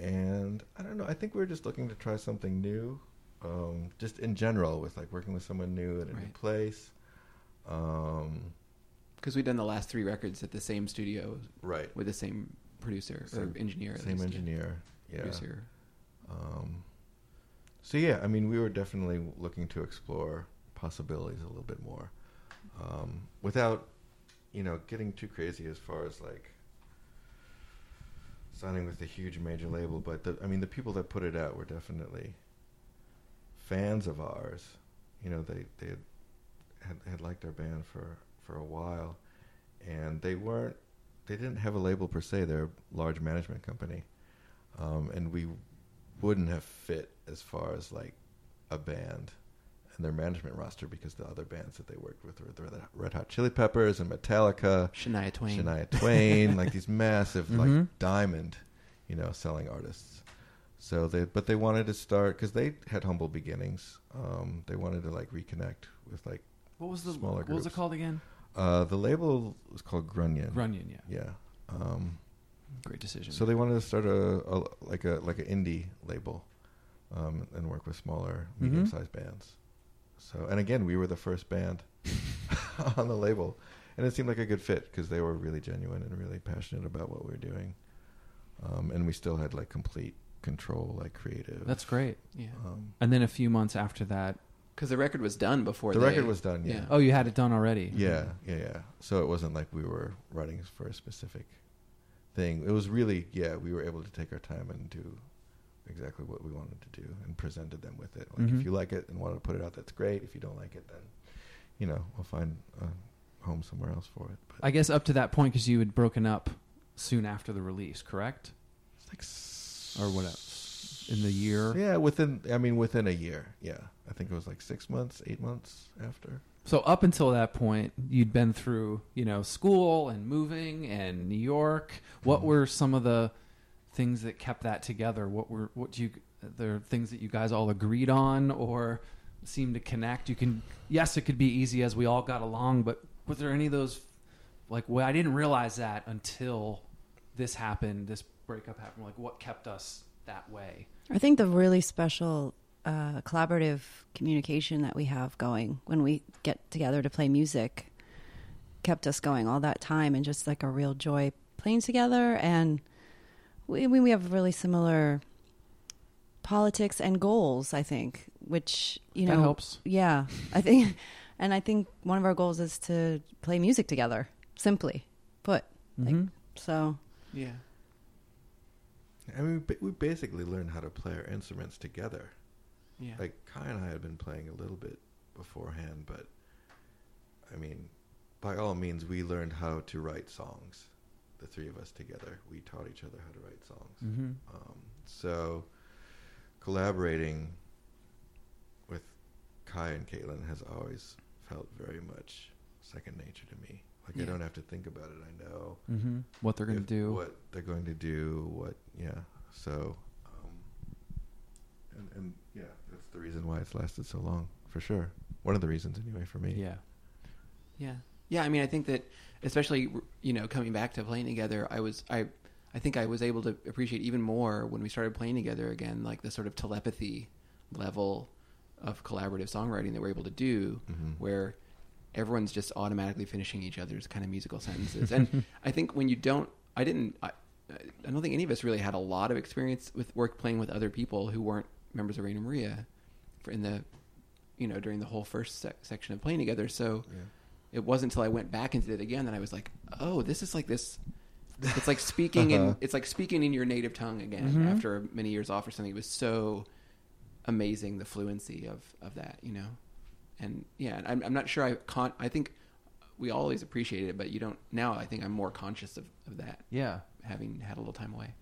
And I don't know. I think we were just looking to try something new, um, just in general, with like working with someone new at a new Right. place. Um, because we'd done the last three records at the same studio, Right. With the same producer Same- or engineer, at same least, yeah. engineer, yeah. producer. Um, so yeah, I mean, we were definitely looking to explore possibilities a little bit more, um, without, you know, getting too crazy as far as like signing with a huge major label. But the, I mean, the people that put it out were definitely fans of ours. You know, they they had had, had liked our band for for a while, and they weren't they didn't have a label per se. They're a large management company, um, and we wouldn't have fit as far as like a band and their management roster because the other bands that they worked with were the Red- Red Hot Chili Peppers and Metallica, Shania Twain. Shania Twain, like these massive Mhm. like diamond, you know, selling artists. So they, but they wanted to start because they had humble beginnings. Um, they wanted to like reconnect with like What was the- smaller what was it groups. called again? Uh, the label was called Grunion. Grunion, yeah. yeah. Um, Great decision. So they wanted to start a, a like a like an indie label, um, and work with smaller, Mhm. medium sized bands. So and again, we were the first band on the label, and it seemed like a good fit because they were really genuine and really passionate about what we were doing, um, and we still had like complete control, like creative. That's great. Yeah. Um, and then a few months after that, Because the record was done before The they- record was done, yeah. Oh, you had it done already. Yeah, Mm-hmm. yeah, yeah. So it wasn't like we were writing for a specific thing. It was really, yeah, we were able to take our time and do exactly what we wanted to do and presented them with it. Like, Mhm. if you like it and want to put it out, that's great. If you don't like it, then, you know, we'll find a home somewhere else for it. I guess up to that point because you had broken up soon after the release, correct? It's like or what in the year? Yeah, within, I mean, within a year. Yeah. I think it was like six months, eight months after. So up until that point, you'd been through you know school and moving and New York. What were some of the things that kept that together? What were what do you the things that you guys all agreed on or seemed to connect? You can yes, it could be easy as we all got along, but was there any of those like well, I didn't realize that until this happened, this breakup happened. Like what kept us that way? I think the really special uh, collaborative communication that we have going when we get together to play music kept us going all that time and just like a real joy playing together. And we, I mean, we have really similar politics and goals, I think, which, you That know, helps. Yeah. I think, [laughs] and I think one of our goals is to play music together, simply put. Like, Mm-hmm. Mhm. so. Yeah. I mean, ba- we basically learned how to play our instruments together. Yeah. Like Kai and I had been playing a little bit beforehand, but I mean, by all means, we learned how to write songs. The three of us together, we taught each other how to write songs. Mhm. Um, so, collaborating with Kai and Caitlin has always felt very much second nature to me. Like I Yeah. don't have to think about it. I know Mhm. What they're gonna if- do. what they're going to do, what yeah. So, um, and and yeah, that's the reason why it's lasted so long for sure. One of the reasons, anyway, for me. Yeah. Yeah. Yeah, I mean, I think that especially you know coming back to playing together, I was I I think I was able to appreciate even more when we started playing together again, like the sort of telepathy level of collaborative songwriting that we're able to do, where everyone's just automatically finishing each other's kind of musical sentences. And I think when you don't, I didn't, I, I don't think any of us really had a lot of experience with work playing with other people who weren't members of Raina Maria for in the you know, during the whole first sec- section of playing together. So it wasn't until I went back and did it again that I was like, oh, this is like this. It's like speaking in Uh-huh. it's like speaking in your native tongue again Mhm. after many years off or something. It was so amazing the fluency of of that, you know. And yeah, and I'm I'm not sure I con I think we always appreciate it, but you don't now. I think I'm more conscious of of that. Yeah. having had a little time away.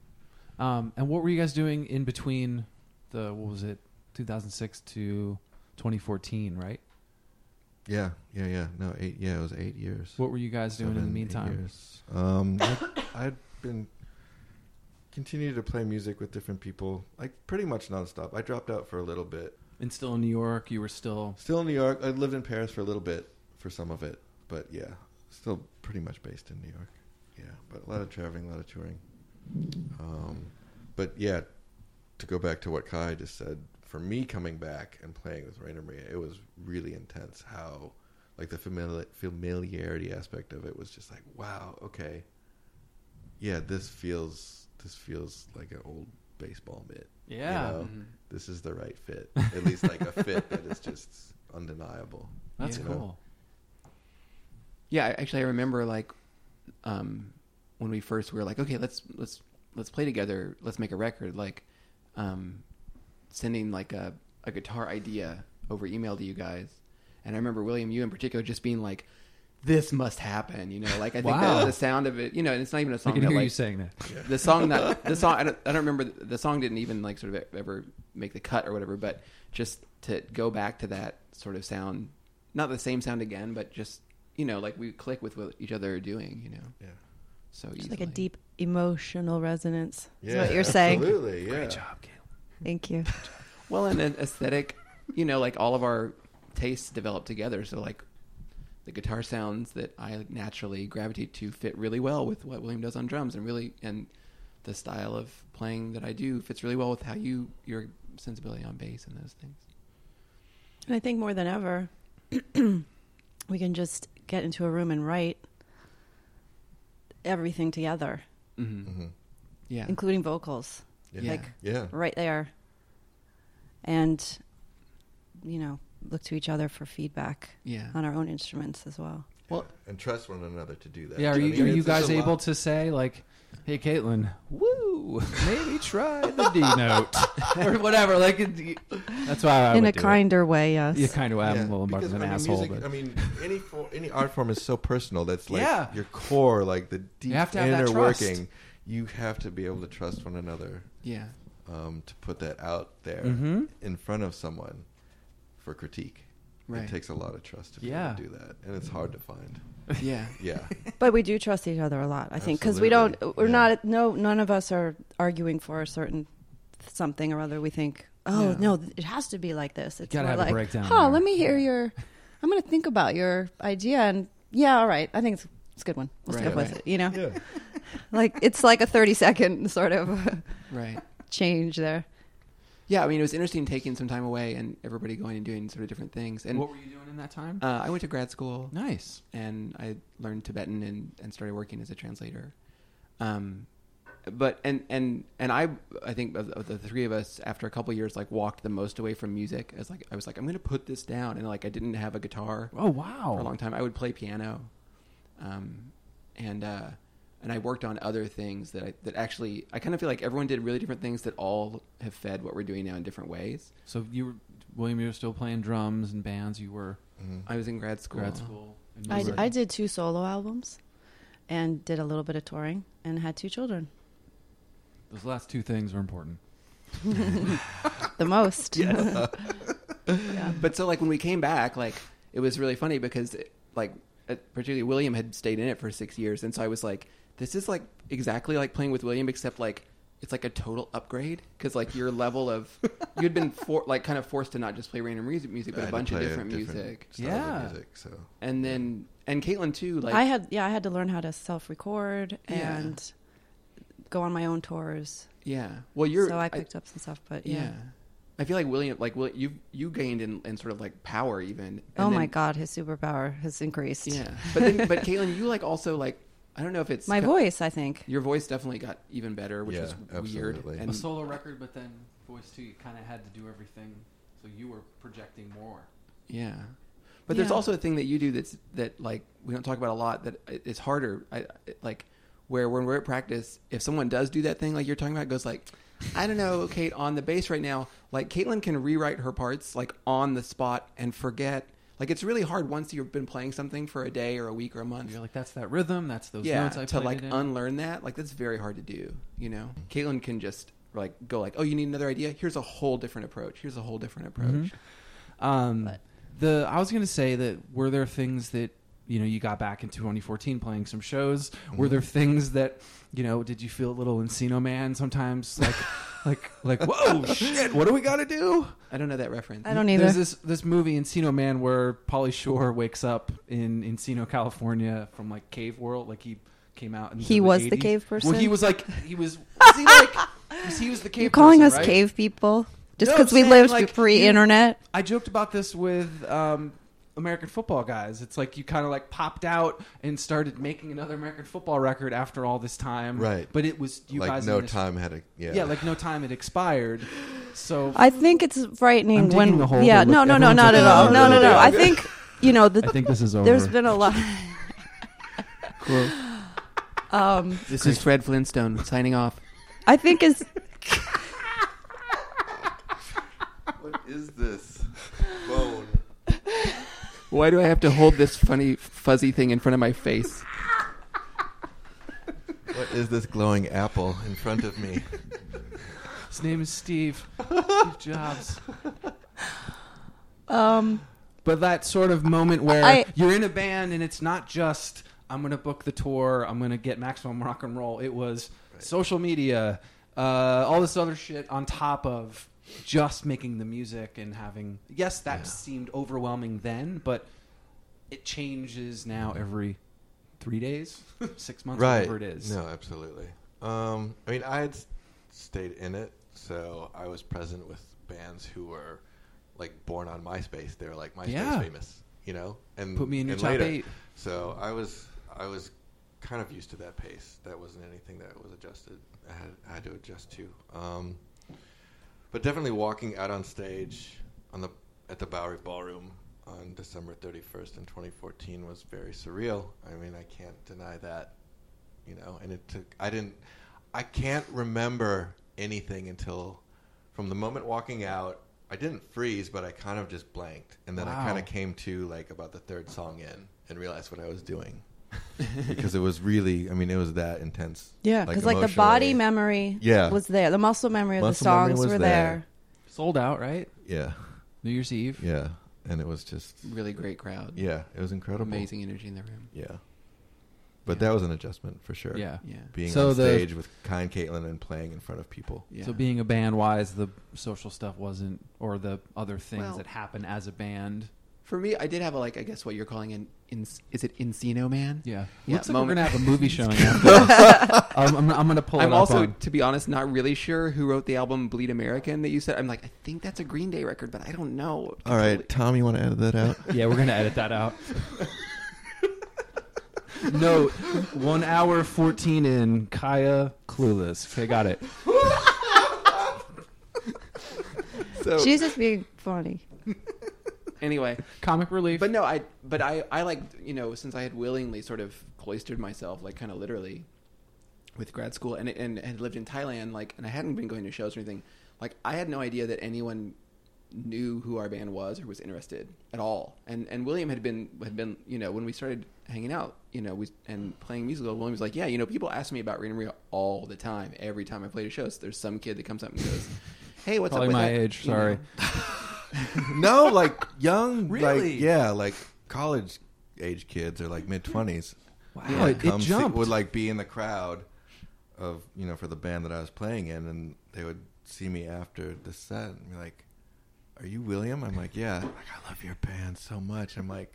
Um, and what were you guys doing in between the what was it, 2006 to 2014, right? Yeah, yeah, yeah. No, eight. Yeah, it was eight years. What were you guys doing in the Seven, eight meantime? years. Um, I- I'd been continued to play music with different people, like pretty much nonstop. I dropped out for a little bit. And still in New York, you were still Still in New York. I lived in Paris for a little bit for some of it, but yeah, still pretty much based in New York. Yeah, but a lot of traveling, a lot of touring. Um, but yeah, to go back to what Kai just said, for me coming back and playing with Rainer Maria, it was really intense. How, like the famili- familiarity aspect of it was just like, wow, okay, yeah, this feels this feels like an old baseball mitt. Yeah. Mm-hmm. Mhm. this is the right fit. At least like a fit that is just undeniable. That's you know? cool. Yeah, I- actually, I remember like um, when we first were like, okay, let's let's let's play together, let's make a record. Like um, sending like a a guitar idea over email to you guys, and I remember William, you in particular, just being like. This must happen, you know. Like I think Wow. that the sound of it, you know, and it's not even a I song. can that, hear like, you saying that. [laughs] the song that the song I don't, I don't remember the, the song didn't even like sort of e-, ever make the cut or whatever but just to go back to that sort of sound not the same sound again but just you know like we click with what each other are doing you know Yeah. so Just easily. like a deep emotional resonance. Is Yeah, what you're saying. Absolutely, yeah. Thank you. well and an aesthetic you know like all of our tastes develop together so like the guitar sounds that I naturally gravitate to fit really well with what William does on drums and really and the style of playing that I do fits really well with how you your sensibility on bass and those things And I think more than ever, [clears throat] we can just get into a room and write everything together, Mm-hmm. Yeah. including vocals. Yeah. Like Yeah. right there. And you know, look to each other for feedback Yeah. on our own instruments as well. Well, and trust one another to do that. Yeah, are I you, mean, are it's you just guys a able lot- to say like, "Hey, Caitlin, woo, maybe try the D [laughs] note or whatever"? Like, it- that's why I In would a do it. kinder way, yes. Yeah, kind of. I'm a little embarrassed because, an I mean, asshole, Music, but I mean, any for, any art form is so personal. That's like Yeah. your core, like the deep have to have that inner trust. working. You have to be able to trust one another Yeah. um, to put that out there Mhm. in front of someone for critique. Right. It takes a lot of trust to be Yeah. able to do that, and it's hard to find. Yeah. [laughs] Yeah, But we do trust each other a lot, I think, because we don't. Absolutely. We're Yeah. not. No, none of us are arguing for a certain something or other. We think, oh Yeah. no, th- it has to be like this. It's gotta more have a like, breakdown Oh, there." let me hear your. I'm going to think about your idea, and yeah, all right. I think it's it's a good one. We'll Right, stick with right. it. You know, [laughs] like it's like a 30 second sort of [laughs] Right. change there. Yeah. I mean, it was interesting taking some time away and everybody going and doing sort of different things. And what were you doing in that time? uh, I went to grad school nice. and I learned Tibetan and, and started working as a translator. Um, but and and and I I think of, of the three of us after a couple years like walked the most away from music as like I was like I'm gonna put this down and like I didn't have a guitar Oh wow. for a long time. I would play piano, um, and uh, and I worked on other things that I that actually I kind of feel like everyone did really different things that all have fed what we're doing now in different ways. So you were William. You were still playing drums and bands. You were Mm-hmm. I was in grad school. grad school. and you I, were- I did two solo albums, and did a little bit of touring, and had two children. Those last two things are important. The most. But so like when we came back, like it was really funny because it, like uh, particularly William had stayed in it for six years, and so I was like, this is like exactly like playing with William, except like it's like a total upgrade because like your level of you'd been for, like kind of forced to not just play random music, music I but a had to bunch of play different, music. styles of Yeah. music, so And then and Caitlin too, like I had yeah, I had to learn how to self record Yeah. and go on my own tours. yeah. Well, you're so I picked up some stuff, but yeah. yeah. I feel like William, like Will, you you gained in, in sort of like power even. And oh my then- god, his superpower has increased. Yeah, but then, but Caitlin, you like also like I don't know if it's My co- voice, I think. Your voice definitely got even better, which Yeah, was absolutely. weird. a And solo record, but then voice too. You kind of had to do everything, so you were projecting more. Yeah. But there's Yeah. also a thing that you do that's that like we don't talk about a lot that i- it's harder. I I- like where when we're at practice, if someone does do that thing like you're talking about, goes like, I don't know, Kate, on the bass right now, like Caitlin can rewrite her parts like on the spot and forget. Like it's really hard once you've been playing something for a day or a week or a month. You're like, that's that rhythm. That's those yeah, notes I to played like it in. unlearn that. Like that's very hard to do. You know, Caitlin can just like go like, oh, you need another idea. Here's a whole different approach. Here's a whole different approach. Um, the I was gonna say that were there things that you know you got back in 2014 playing some shows? Were there things that you know did you feel a little Encino Man sometimes like like like whoa shit what do we gotta do? I don't know that reference. I don't There's either. this this movie Encino Man where Polly Shore wakes up in Encino, California from like cave world like he came out and He was the cave person? Well, he was like he [laughs] was was he like was he was the cave You're calling person, us right? cave people just No, because I'm we saying, lived like, pre-internet. I joked about this with um, American football guys. It's like you kind of like popped out and started making another American football record after all this time, Right. But it was you Like, guys. no in this- time had a- yeah. like no time had expired. So I think it's I'm frightening digging when the hole yeah that no look- no no everyone's not like, at all "Oh, no no really?" no I think you know the, I think this is there's over. been a lot Cool. um This is Fred Flintstone signing off. I think is What is this bone? Why do I have to hold this funny fuzzy thing in front of my face? What is this glowing apple in front [laughs] of me? his name is [laughs] Steve. Steve Jobs. um But that sort of moment where I- you're in a band and it's not just I'm going to book the tour, I'm going to get maximum rock and roll. It was social media, uh, all this other shit on top of just making the music and having. Yes, that seemed overwhelming then, but it changes now every three days, [laughs] six months, right. whatever it is. No, absolutely. Um, I mean, I had s- stayed in it, so I was present with bands who were like born on MySpace. They were like MySpace Yeah. famous, you know. And Put me in your and top later. eight. So I was, I was kind of used to that pace. That wasn't anything that was adjusted. I had, I had to adjust to. Um, but definitely walking out on stage on the at the Bowery Ballroom on December 31st in 2014 was very surreal. I mean, I can't deny that, you know. And it took I didn't I can't remember anything until from the moment walking out. I didn't freeze, but I kind of just blanked, and then I Wow. kind of came to like about the third song in and realized what I was doing. [laughs] because it was really, I mean, it was that intense. yeah because like, the body emotionally. memory Yeah. was there the muscle memory of Muscle the memory songs was there. were there. Sold out, right? Yeah, New Year's Eve. yeah, and it was just Really great crowd. Yeah, it was incredible. Amazing energy in the room. Yeah. But that was an adjustment for sure. Yeah. Yeah. Being So on the- stage with kind Caitlin and playing in front of people. Yeah. So being a band wise, the social stuff wasn't, or the other things Well- that happen as a band. For me, I did have a like I guess what you're calling an in, is it Encino Man? Yeah, Yeah, looks like moment. we're gonna have a [laughs] movie showing. after [laughs] this. I'm, I'm, I'm gonna [laughs] pull. it I'm up also, on- to be honest, not really sure who wrote the album Bleed American that you said. I'm like, I think that's a Green Day record, but I don't know. All right, Tom, you want to edit that out? yeah, we're gonna edit that [laughs] out. no, one hour fourteen in Kaya Clueless. Okay, got [laughs] it. So Jesus being funny anyway, Comic relief. But no, I but I I like you know since I had willingly sort of cloistered myself like kind of literally with grad school and and had lived in Thailand like and I hadn't been going to shows or anything like I had no idea that anyone knew who our band was or was interested at all and and William had been had been you know when we started hanging out you know we and playing musical William was like yeah you know people ask me about Rita Maria all the time every time I played a show so there's some kid that comes up and goes hey what's Probably up with my that?" age. You know. Sorry. no, like young, Really? like yeah, like college age kids or like mid twenties. Wow, it- it jumped. would like be in the crowd of you know for the band that I was playing in, and they would see me after the set and be like, "Are you William?" I'm like, "Yeah." Like I love your band so much. I'm like.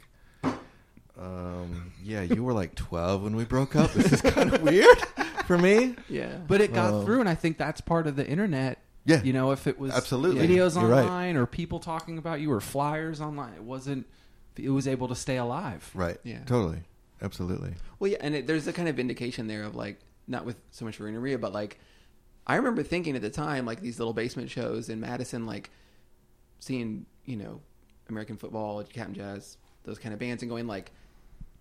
Um. Yeah, you were like 12 when we broke up. This is kind of weird for me. yeah But it got through, and I think that's part of the internet. Yeah. you know, if it was Absolutely. videos You're right. online or people talking about you or flyers online, it wasn't. It was able to stay alive. Right. Yeah. Totally. Absolutely. Well, yeah, and it, there's a kind of indication there of like not with so much Verena Maria, but like I remember thinking at the time like these little basement shows in Madison, like seeing you know American football, Captain Jazz, those kind of bands, and going like,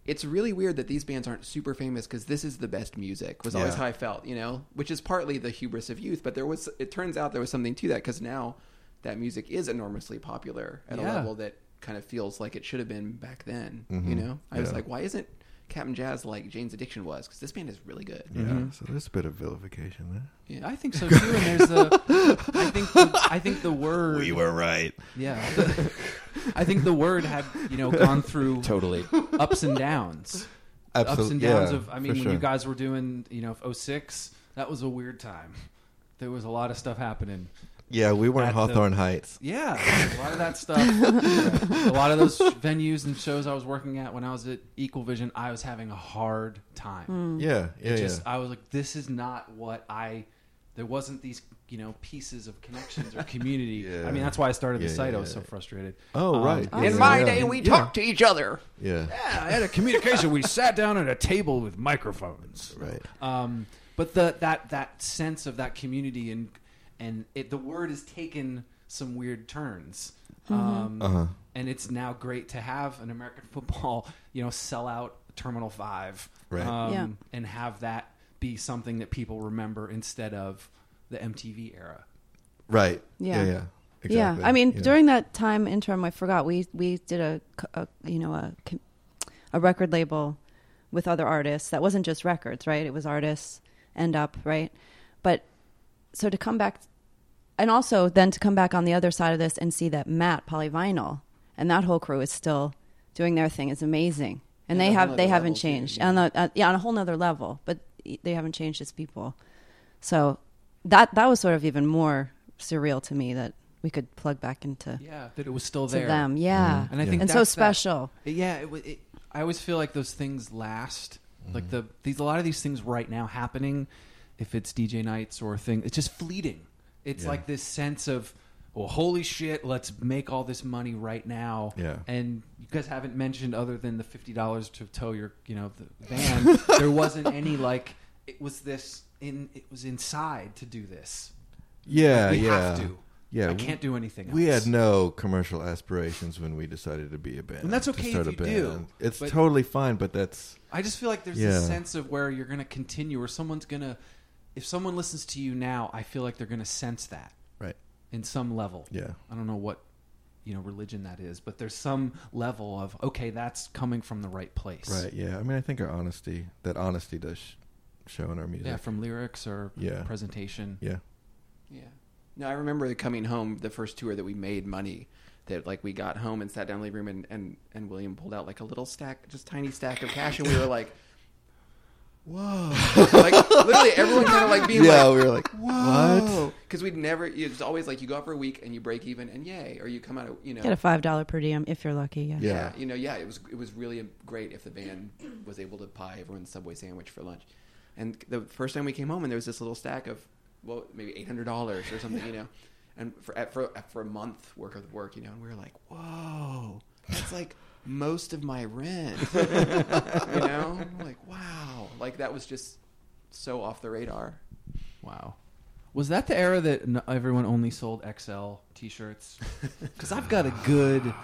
it's really weird that these bands aren't super famous because this is the best music. Was always Yeah. how I felt, you know, which is partly the hubris of youth. But there was, it turns out, there was something to that because now that music is enormously popular at Yeah. a level that kind of feels like it should have been back then. You Mhm. know, I was Yeah. like, why isn't Captain Jazz like Jane's Addiction was? Because this band is really good. Yeah, so there's a bit of vilification there. Yeah. I think so too. And there's the, I think, the, I think the word. We were right. Yeah. I think the word had you know gone through Totally. ups and downs. Absolute- ups and downs yeah, of. I for mean, when you sure. guys were doing you know 06, that was a weird time. There was a lot of stuff happening. Yeah, we were in At the- Hawthorne Heights. Yeah, a lot of that stuff. a lot of those venues and shows I was working at when I was at Equal Vision, I was having a hard time. Yeah, It yeah, just uh, yeah. I was like, this is not what I. There wasn't these you know pieces of connections or [laughs] community. Yeah. I mean, that's why I started the Yeah, site. I yeah, was so yeah. frustrated. Oh, right. Yeah, In my yeah. day, we Yeah. talked to each other. Yeah, Yeah, I had a communication. we sat down at a table with microphones. right. Uh, Um, but the that that sense of that community and and it, the word has taken some weird turns. Um, Uh-huh. And it's now great to have an American [laughs] football, you know, sell out Terminal Five, Right. um, Yeah. and have that be something that people remember instead of the MTV era. Right. Yeah. Yeah. Yeah. Exactly. Yeah, I mean, Yeah. during that time interim, I forgot we we did a, c- a, you know a c- a record label with other artists that wasn't just records, right? It was artists end up right, but so to come back, and also then to come back on the other side of this and see that Matt Polyvinyl and that whole crew is still doing their thing is amazing, and Yeah, they on have another they haven't level, too, changed yeah. on the uh, yeah on a whole nother level, but they haven't changed as people. So that that was sort of even more surreal to me that we could plug back into Yeah, that it was still to there. them. Yeah, And I think and so that's that- special. Yeah, it, wa- it, I always feel like those things last. Mm-hmm. Like the these a lot of these things right now happening, if it's DJ nights or a thing, it's just fleeting. It's Yeah. like this sense of, well, holy shit, let's make all this money right now. Yeah. And you guys haven't mentioned other than the fifty dollars to tow your you know the [laughs] van. there wasn't any like it was this in it was inside to do this. Yeah. we Uh, yeah. have to. Yeah. I we- can't do anything. We else. had no commercial aspirations when we decided to be a band. And that's to okay start if a you do, band. It's but- totally fine, but that's I just feel like there's Yeah. this sense of where you're going to continue, or someone's going to. If someone listens to you now, I feel like they're going to sense that right. in some level. Yeah. I don't know what you know religion that is, but there's some level of okay, that's coming from the right place. Right. Yeah. I mean, I think our honesty, that honesty does sh- show in our music. Yeah, from lyrics or Yeah. presentation. Yeah. [laughs] Yeah. No, I remember coming home the first tour that we made money. That like we got home and sat down in the living room and, and and William pulled out like a little stack, just tiny stack of cash, and we were like, "Whoa!" [laughs] like literally everyone kind of like being yeah. like, we were like, what? Because we'd never. It's always like you go out for a week and you break even and yay, or you come out. You know, Get a five dollar per diem if you're lucky. Yeah. Yeah. You know, yeah. It was it was really great if the band was able to buy everyone a Subway sandwich for lunch. And the first time we came home, and there was this little stack of well, maybe eight hundred dollars or something, you know, and for at- for at- for a month work of work, you know, and we were like, whoa, that's like. Most of my rent, [laughs] you know, like wow, like that was just so off the radar. Wow. Was that the era that n- everyone only sold XL T-shirts? Because I've got a good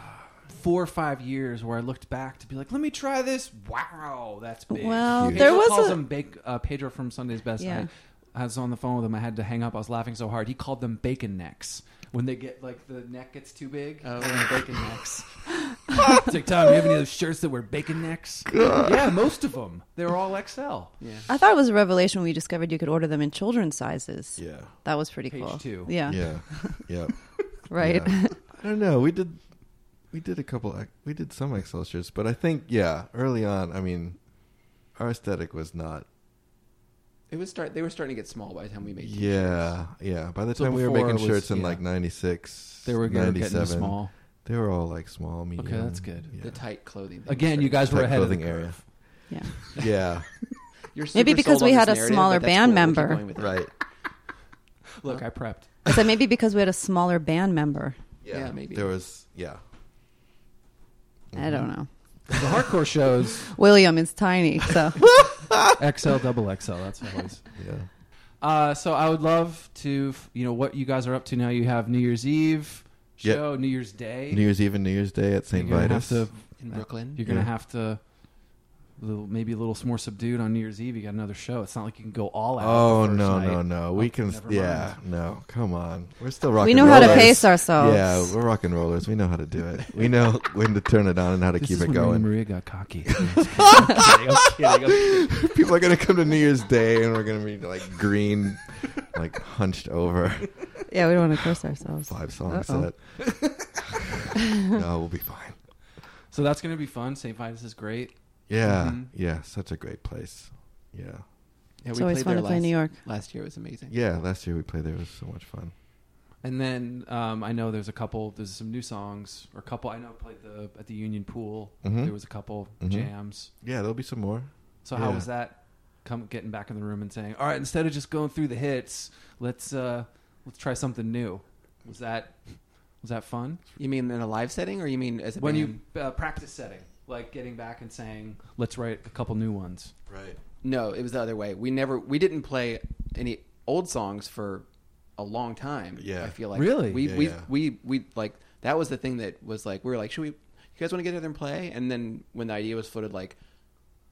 four or five years where I looked back to be like, let me try this. Wow, that's big. Well, Huge. Pedro there was calls a- him bake, uh, Pedro from Sunday's Best. Yeah. I, I was on the phone with him. I had to hang up. I was laughing so hard. He called them bacon necks when they get like the neck gets too big. Oh, bacon [laughs] necks. it's like Tom, you have any of those shirts that wear bacon necks? yeah, most of them. They were all XL. Yeah, I thought it was a revelation when we discovered you could order them in children's sizes. Yeah. That was pretty Page cool. two. Yeah. Yeah. yeah. Right. Yeah. I don't know. We did, we did a couple. ex- We did some Excel shirts, but I think yeah, early on. I mean, our aesthetic was not. it was start. They were starting to get small by the time we made. t- Yeah, yeah. By the So time we were before making it was- shirts in yeah. like '96, They were getting 97, small. They were all like small, medium. that's good. Yeah. The tight clothing. thing Again, started you to guys were Tight ahead of the clothing area. curve. [laughs] [laughs] Yeah. yeah, You're Maybe super because sold on we had this a narrative, smaller but that's band cool. We keep member. going with [laughs] it. right. Look, I prepped. I said maybe because we had a smaller band member. Yeah, maybe. there was. Yeah, I don't Mm-hmm. know. The hardcore shows William is [laughs] tiny, so XL double XL. That's always. yeah. Uh, so I would love to, f- you know, what you guys are up to now. You have New Year's Eve Yeah. show New Year's Day. New Year's Eve and New Year's Day at St. You're gonna Vitus. have to- In Brooklyn. You're gonna Yeah. have to little, maybe a little more subdued on New Year's Eve. You got another show. It's not like you can go all out. Oh the first no night. no no! We Oh, can never mind. yeah no come on we're still rock. We and know how to rollers. pace ourselves. Yeah, we're rock and rollers. We know how to do it. [laughs] We know when to turn it on and how to This keep is it when Raina going. Maria got [laughs] cocky. People are gonna come to New Year's Day and we're gonna be like green, like hunched over. Yeah, we don't want to curse ourselves. Five songs Uh-oh. set. no, we'll be fine. so that's gonna be fun. St. Vitus is great. Yeah, Mhm. yeah, such a great place. Yeah, Yeah, It's we always played fun there to play last- New York. Last year was amazing. yeah. Last year we played there. It was so much fun. And then um, I know there's a couple. There's some new songs or a couple. I know I played the at the Union Pool. Mhm. There was a couple Mhm. jams. Yeah, there'll be some more. So how Yeah. was that? Come getting back in the room and saying, "All right, instead of just going through the hits, let's uh, let's try something new." Was that was that fun? You mean in a live setting, or you mean as a when band? you uh, practice setting, like getting back and saying, "Let's write a couple new ones." Right. No, it was the other way. We never we didn't play any old songs for a long time. Yeah. I feel like Really? we Yeah, we yeah. we we like that was the thing that was like we were like should we you guys want to get together and play and then when the idea was floated like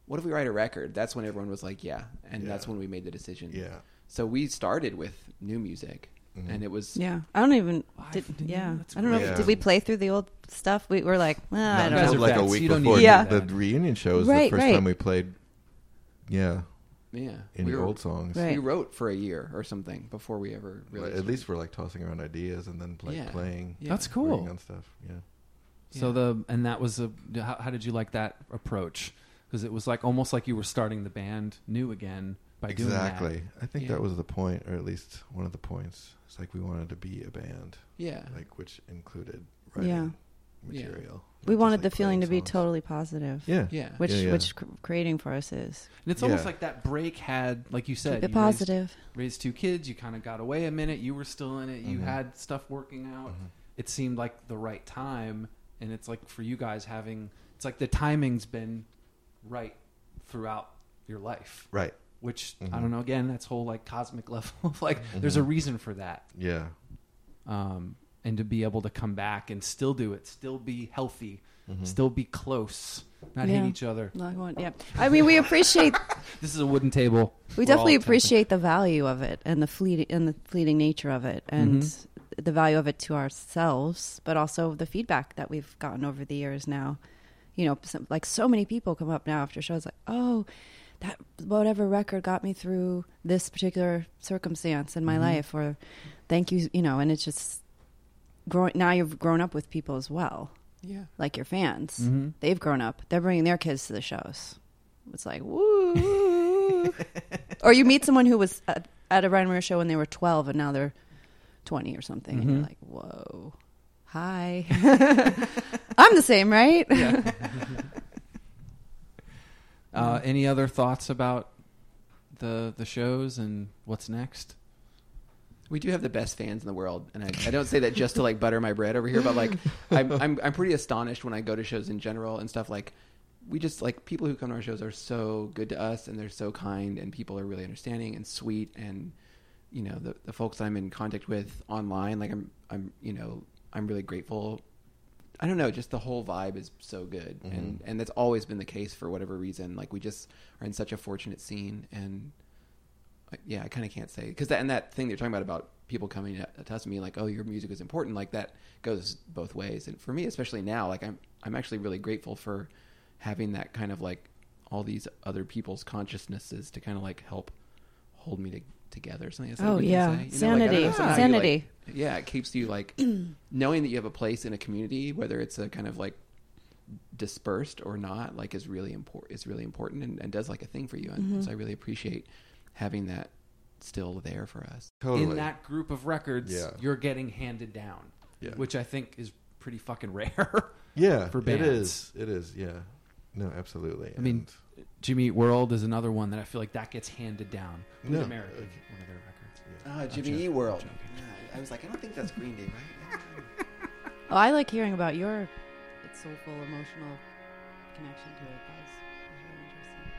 what if we write a record that's when everyone was like yeah and that's Yeah. when we made the decision Yeah. Mm-hmm. so we started with new music and it was Yeah, I don't even. Did, didn't- yeah, that's I don't know. crazy. if Did we play through the old stuff? We were like, eh, I Not don't guys until know. are like a vets. week You don't need before to Yeah. do the that. reunion show was Right, the first right. time we played. Yeah, yeah any were- old songs. Right. we wrote for a year or something before we ever But really at least we're like tossing around ideas and then like Yeah. playing. Yeah. That's working cool. on stuff. Yeah. So the and that was a how, how did you like that approach? Because it was like almost like you were starting the band new again by doing exactly. that. I think Yeah. that was the point, or at least one of the points. It's like we wanted to be a band, yeah like which included writing Yeah. Yeah. material. We not wanted just, the like, feeling to be playing songs. totally positive. Yeah. yeah Which Yeah, yeah. which cr- creating for us is And it's almost Yeah. like that break had, like you said, keep it you raised- positive. Raised, two kids. You kind of got away a minute. You were still in it. Mm-hmm. You had stuff working out. It seemed like the right time. And it's like for you guys having, it's like the timing's been right throughout your life. Right. Which I don't know. Again, that's whole like cosmic [laughs] level of like there's a reason for that. Yeah. um, and to be able to come back and still do it, still be healthy, still be close, not Yeah. hate each other. No, I won't- yeah, I mean, we appreciate This is a wooden table. we We're definitely all- appreciate the value of it and the fleeting and the fleeting nature of it and Mm-hmm. the value of it to ourselves, but also the feedback that we've gotten over the years now. You know, some, like so many people come up now after shows like, "Oh, that whatever record got me through this particular circumstance in my Mm-hmm. life," or "Thank you," you know, and it's just growing. Now you've grown up with people as well yeah like your fans. Mm-hmm. They've grown up. They're bringing their kids to the shows. It's [laughs] like woo. or you meet someone who was at, at a Ryan Murray show when they were twelve, and now they're twenty or something, and you're like, whoa, hi. [laughs] I'm the same, right? Uh, any other thoughts about the the shows and what's next? We do have the best fans in the world, and I, I don't say that just to like butter my bread over here, but like I'm, I'm I'm pretty astonished when I go to shows in general and stuff. Like we just like people who come to our shows are so good to us, and they're so kind, and people are really understanding and sweet, and you know the the folks I'm in contact with online, like I'm I'm you know I'm really grateful. I don't know, just the whole vibe is so good, and and that's always been the case for whatever reason. Like we just are in such a fortunate scene, and like, yeah, I kind of can't say because that and that thing that you're talking about about people coming to, to us and being like, oh, your music is important. Like that goes both ways, and for me, especially now, like I'm I'm actually really grateful for having that kind of like all these other people's consciousnesses to kind of like help hold me to, together. or Something. Is that Oh, what you yeah. say? You know, like, I don't Sanity. know, somehow you, like- Sanity. yeah, it keeps you like [clears throat] knowing that you have a place in a community, whether it's a kind of like dispersed or not, like is really important. Is really important and, and does like a thing for you. And so I really appreciate having that still there for us. Totally. In that group of records, Yeah. you're getting handed down, Yeah. which I think is pretty fucking [laughs] rare. yeah. for It bands. is. It is. Yeah. No, absolutely. I mean, Jimmy Eat World is another one that I feel like that gets handed down. Who's No. American? One of their records. Ah, Jimmy E World. I was like, I don't think that's Green Day, right? [laughs] Oh, I like hearing about your soulful, emotional connection to it, guys. It's really interesting.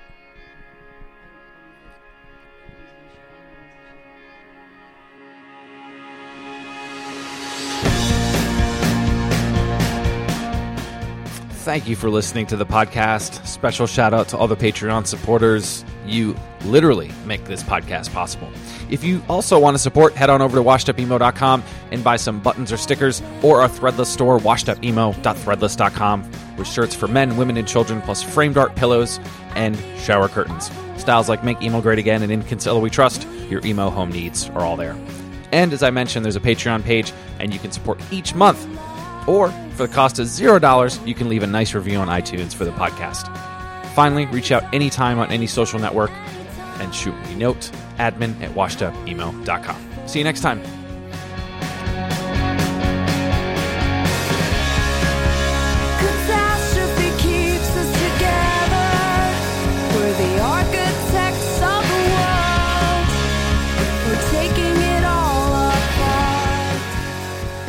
Thank you for listening to the podcast. Special shout out to all the Patreon supporters. You literally make this podcast possible. If you also want to support, head on over to washedupemo.com and buy some buttons or stickers or our threadless store, washedupemo.threadless.com, with shirts for men, women, and children, plus framed art pillows and shower curtains. Styles like Make Emo Great Again and In Kinsella We Trust, your emo home needs are all there. And as I mentioned, there's a Patreon page, and you can support each month or for the cost of $0, you can leave a nice review on iTunes for the podcast. Finally, reach out anytime on any social network and shoot me a note, admin at washedupemo.com. See you next time. Catastrophe keeps us together. We're the architects of the world. We're taking it all apart.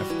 I've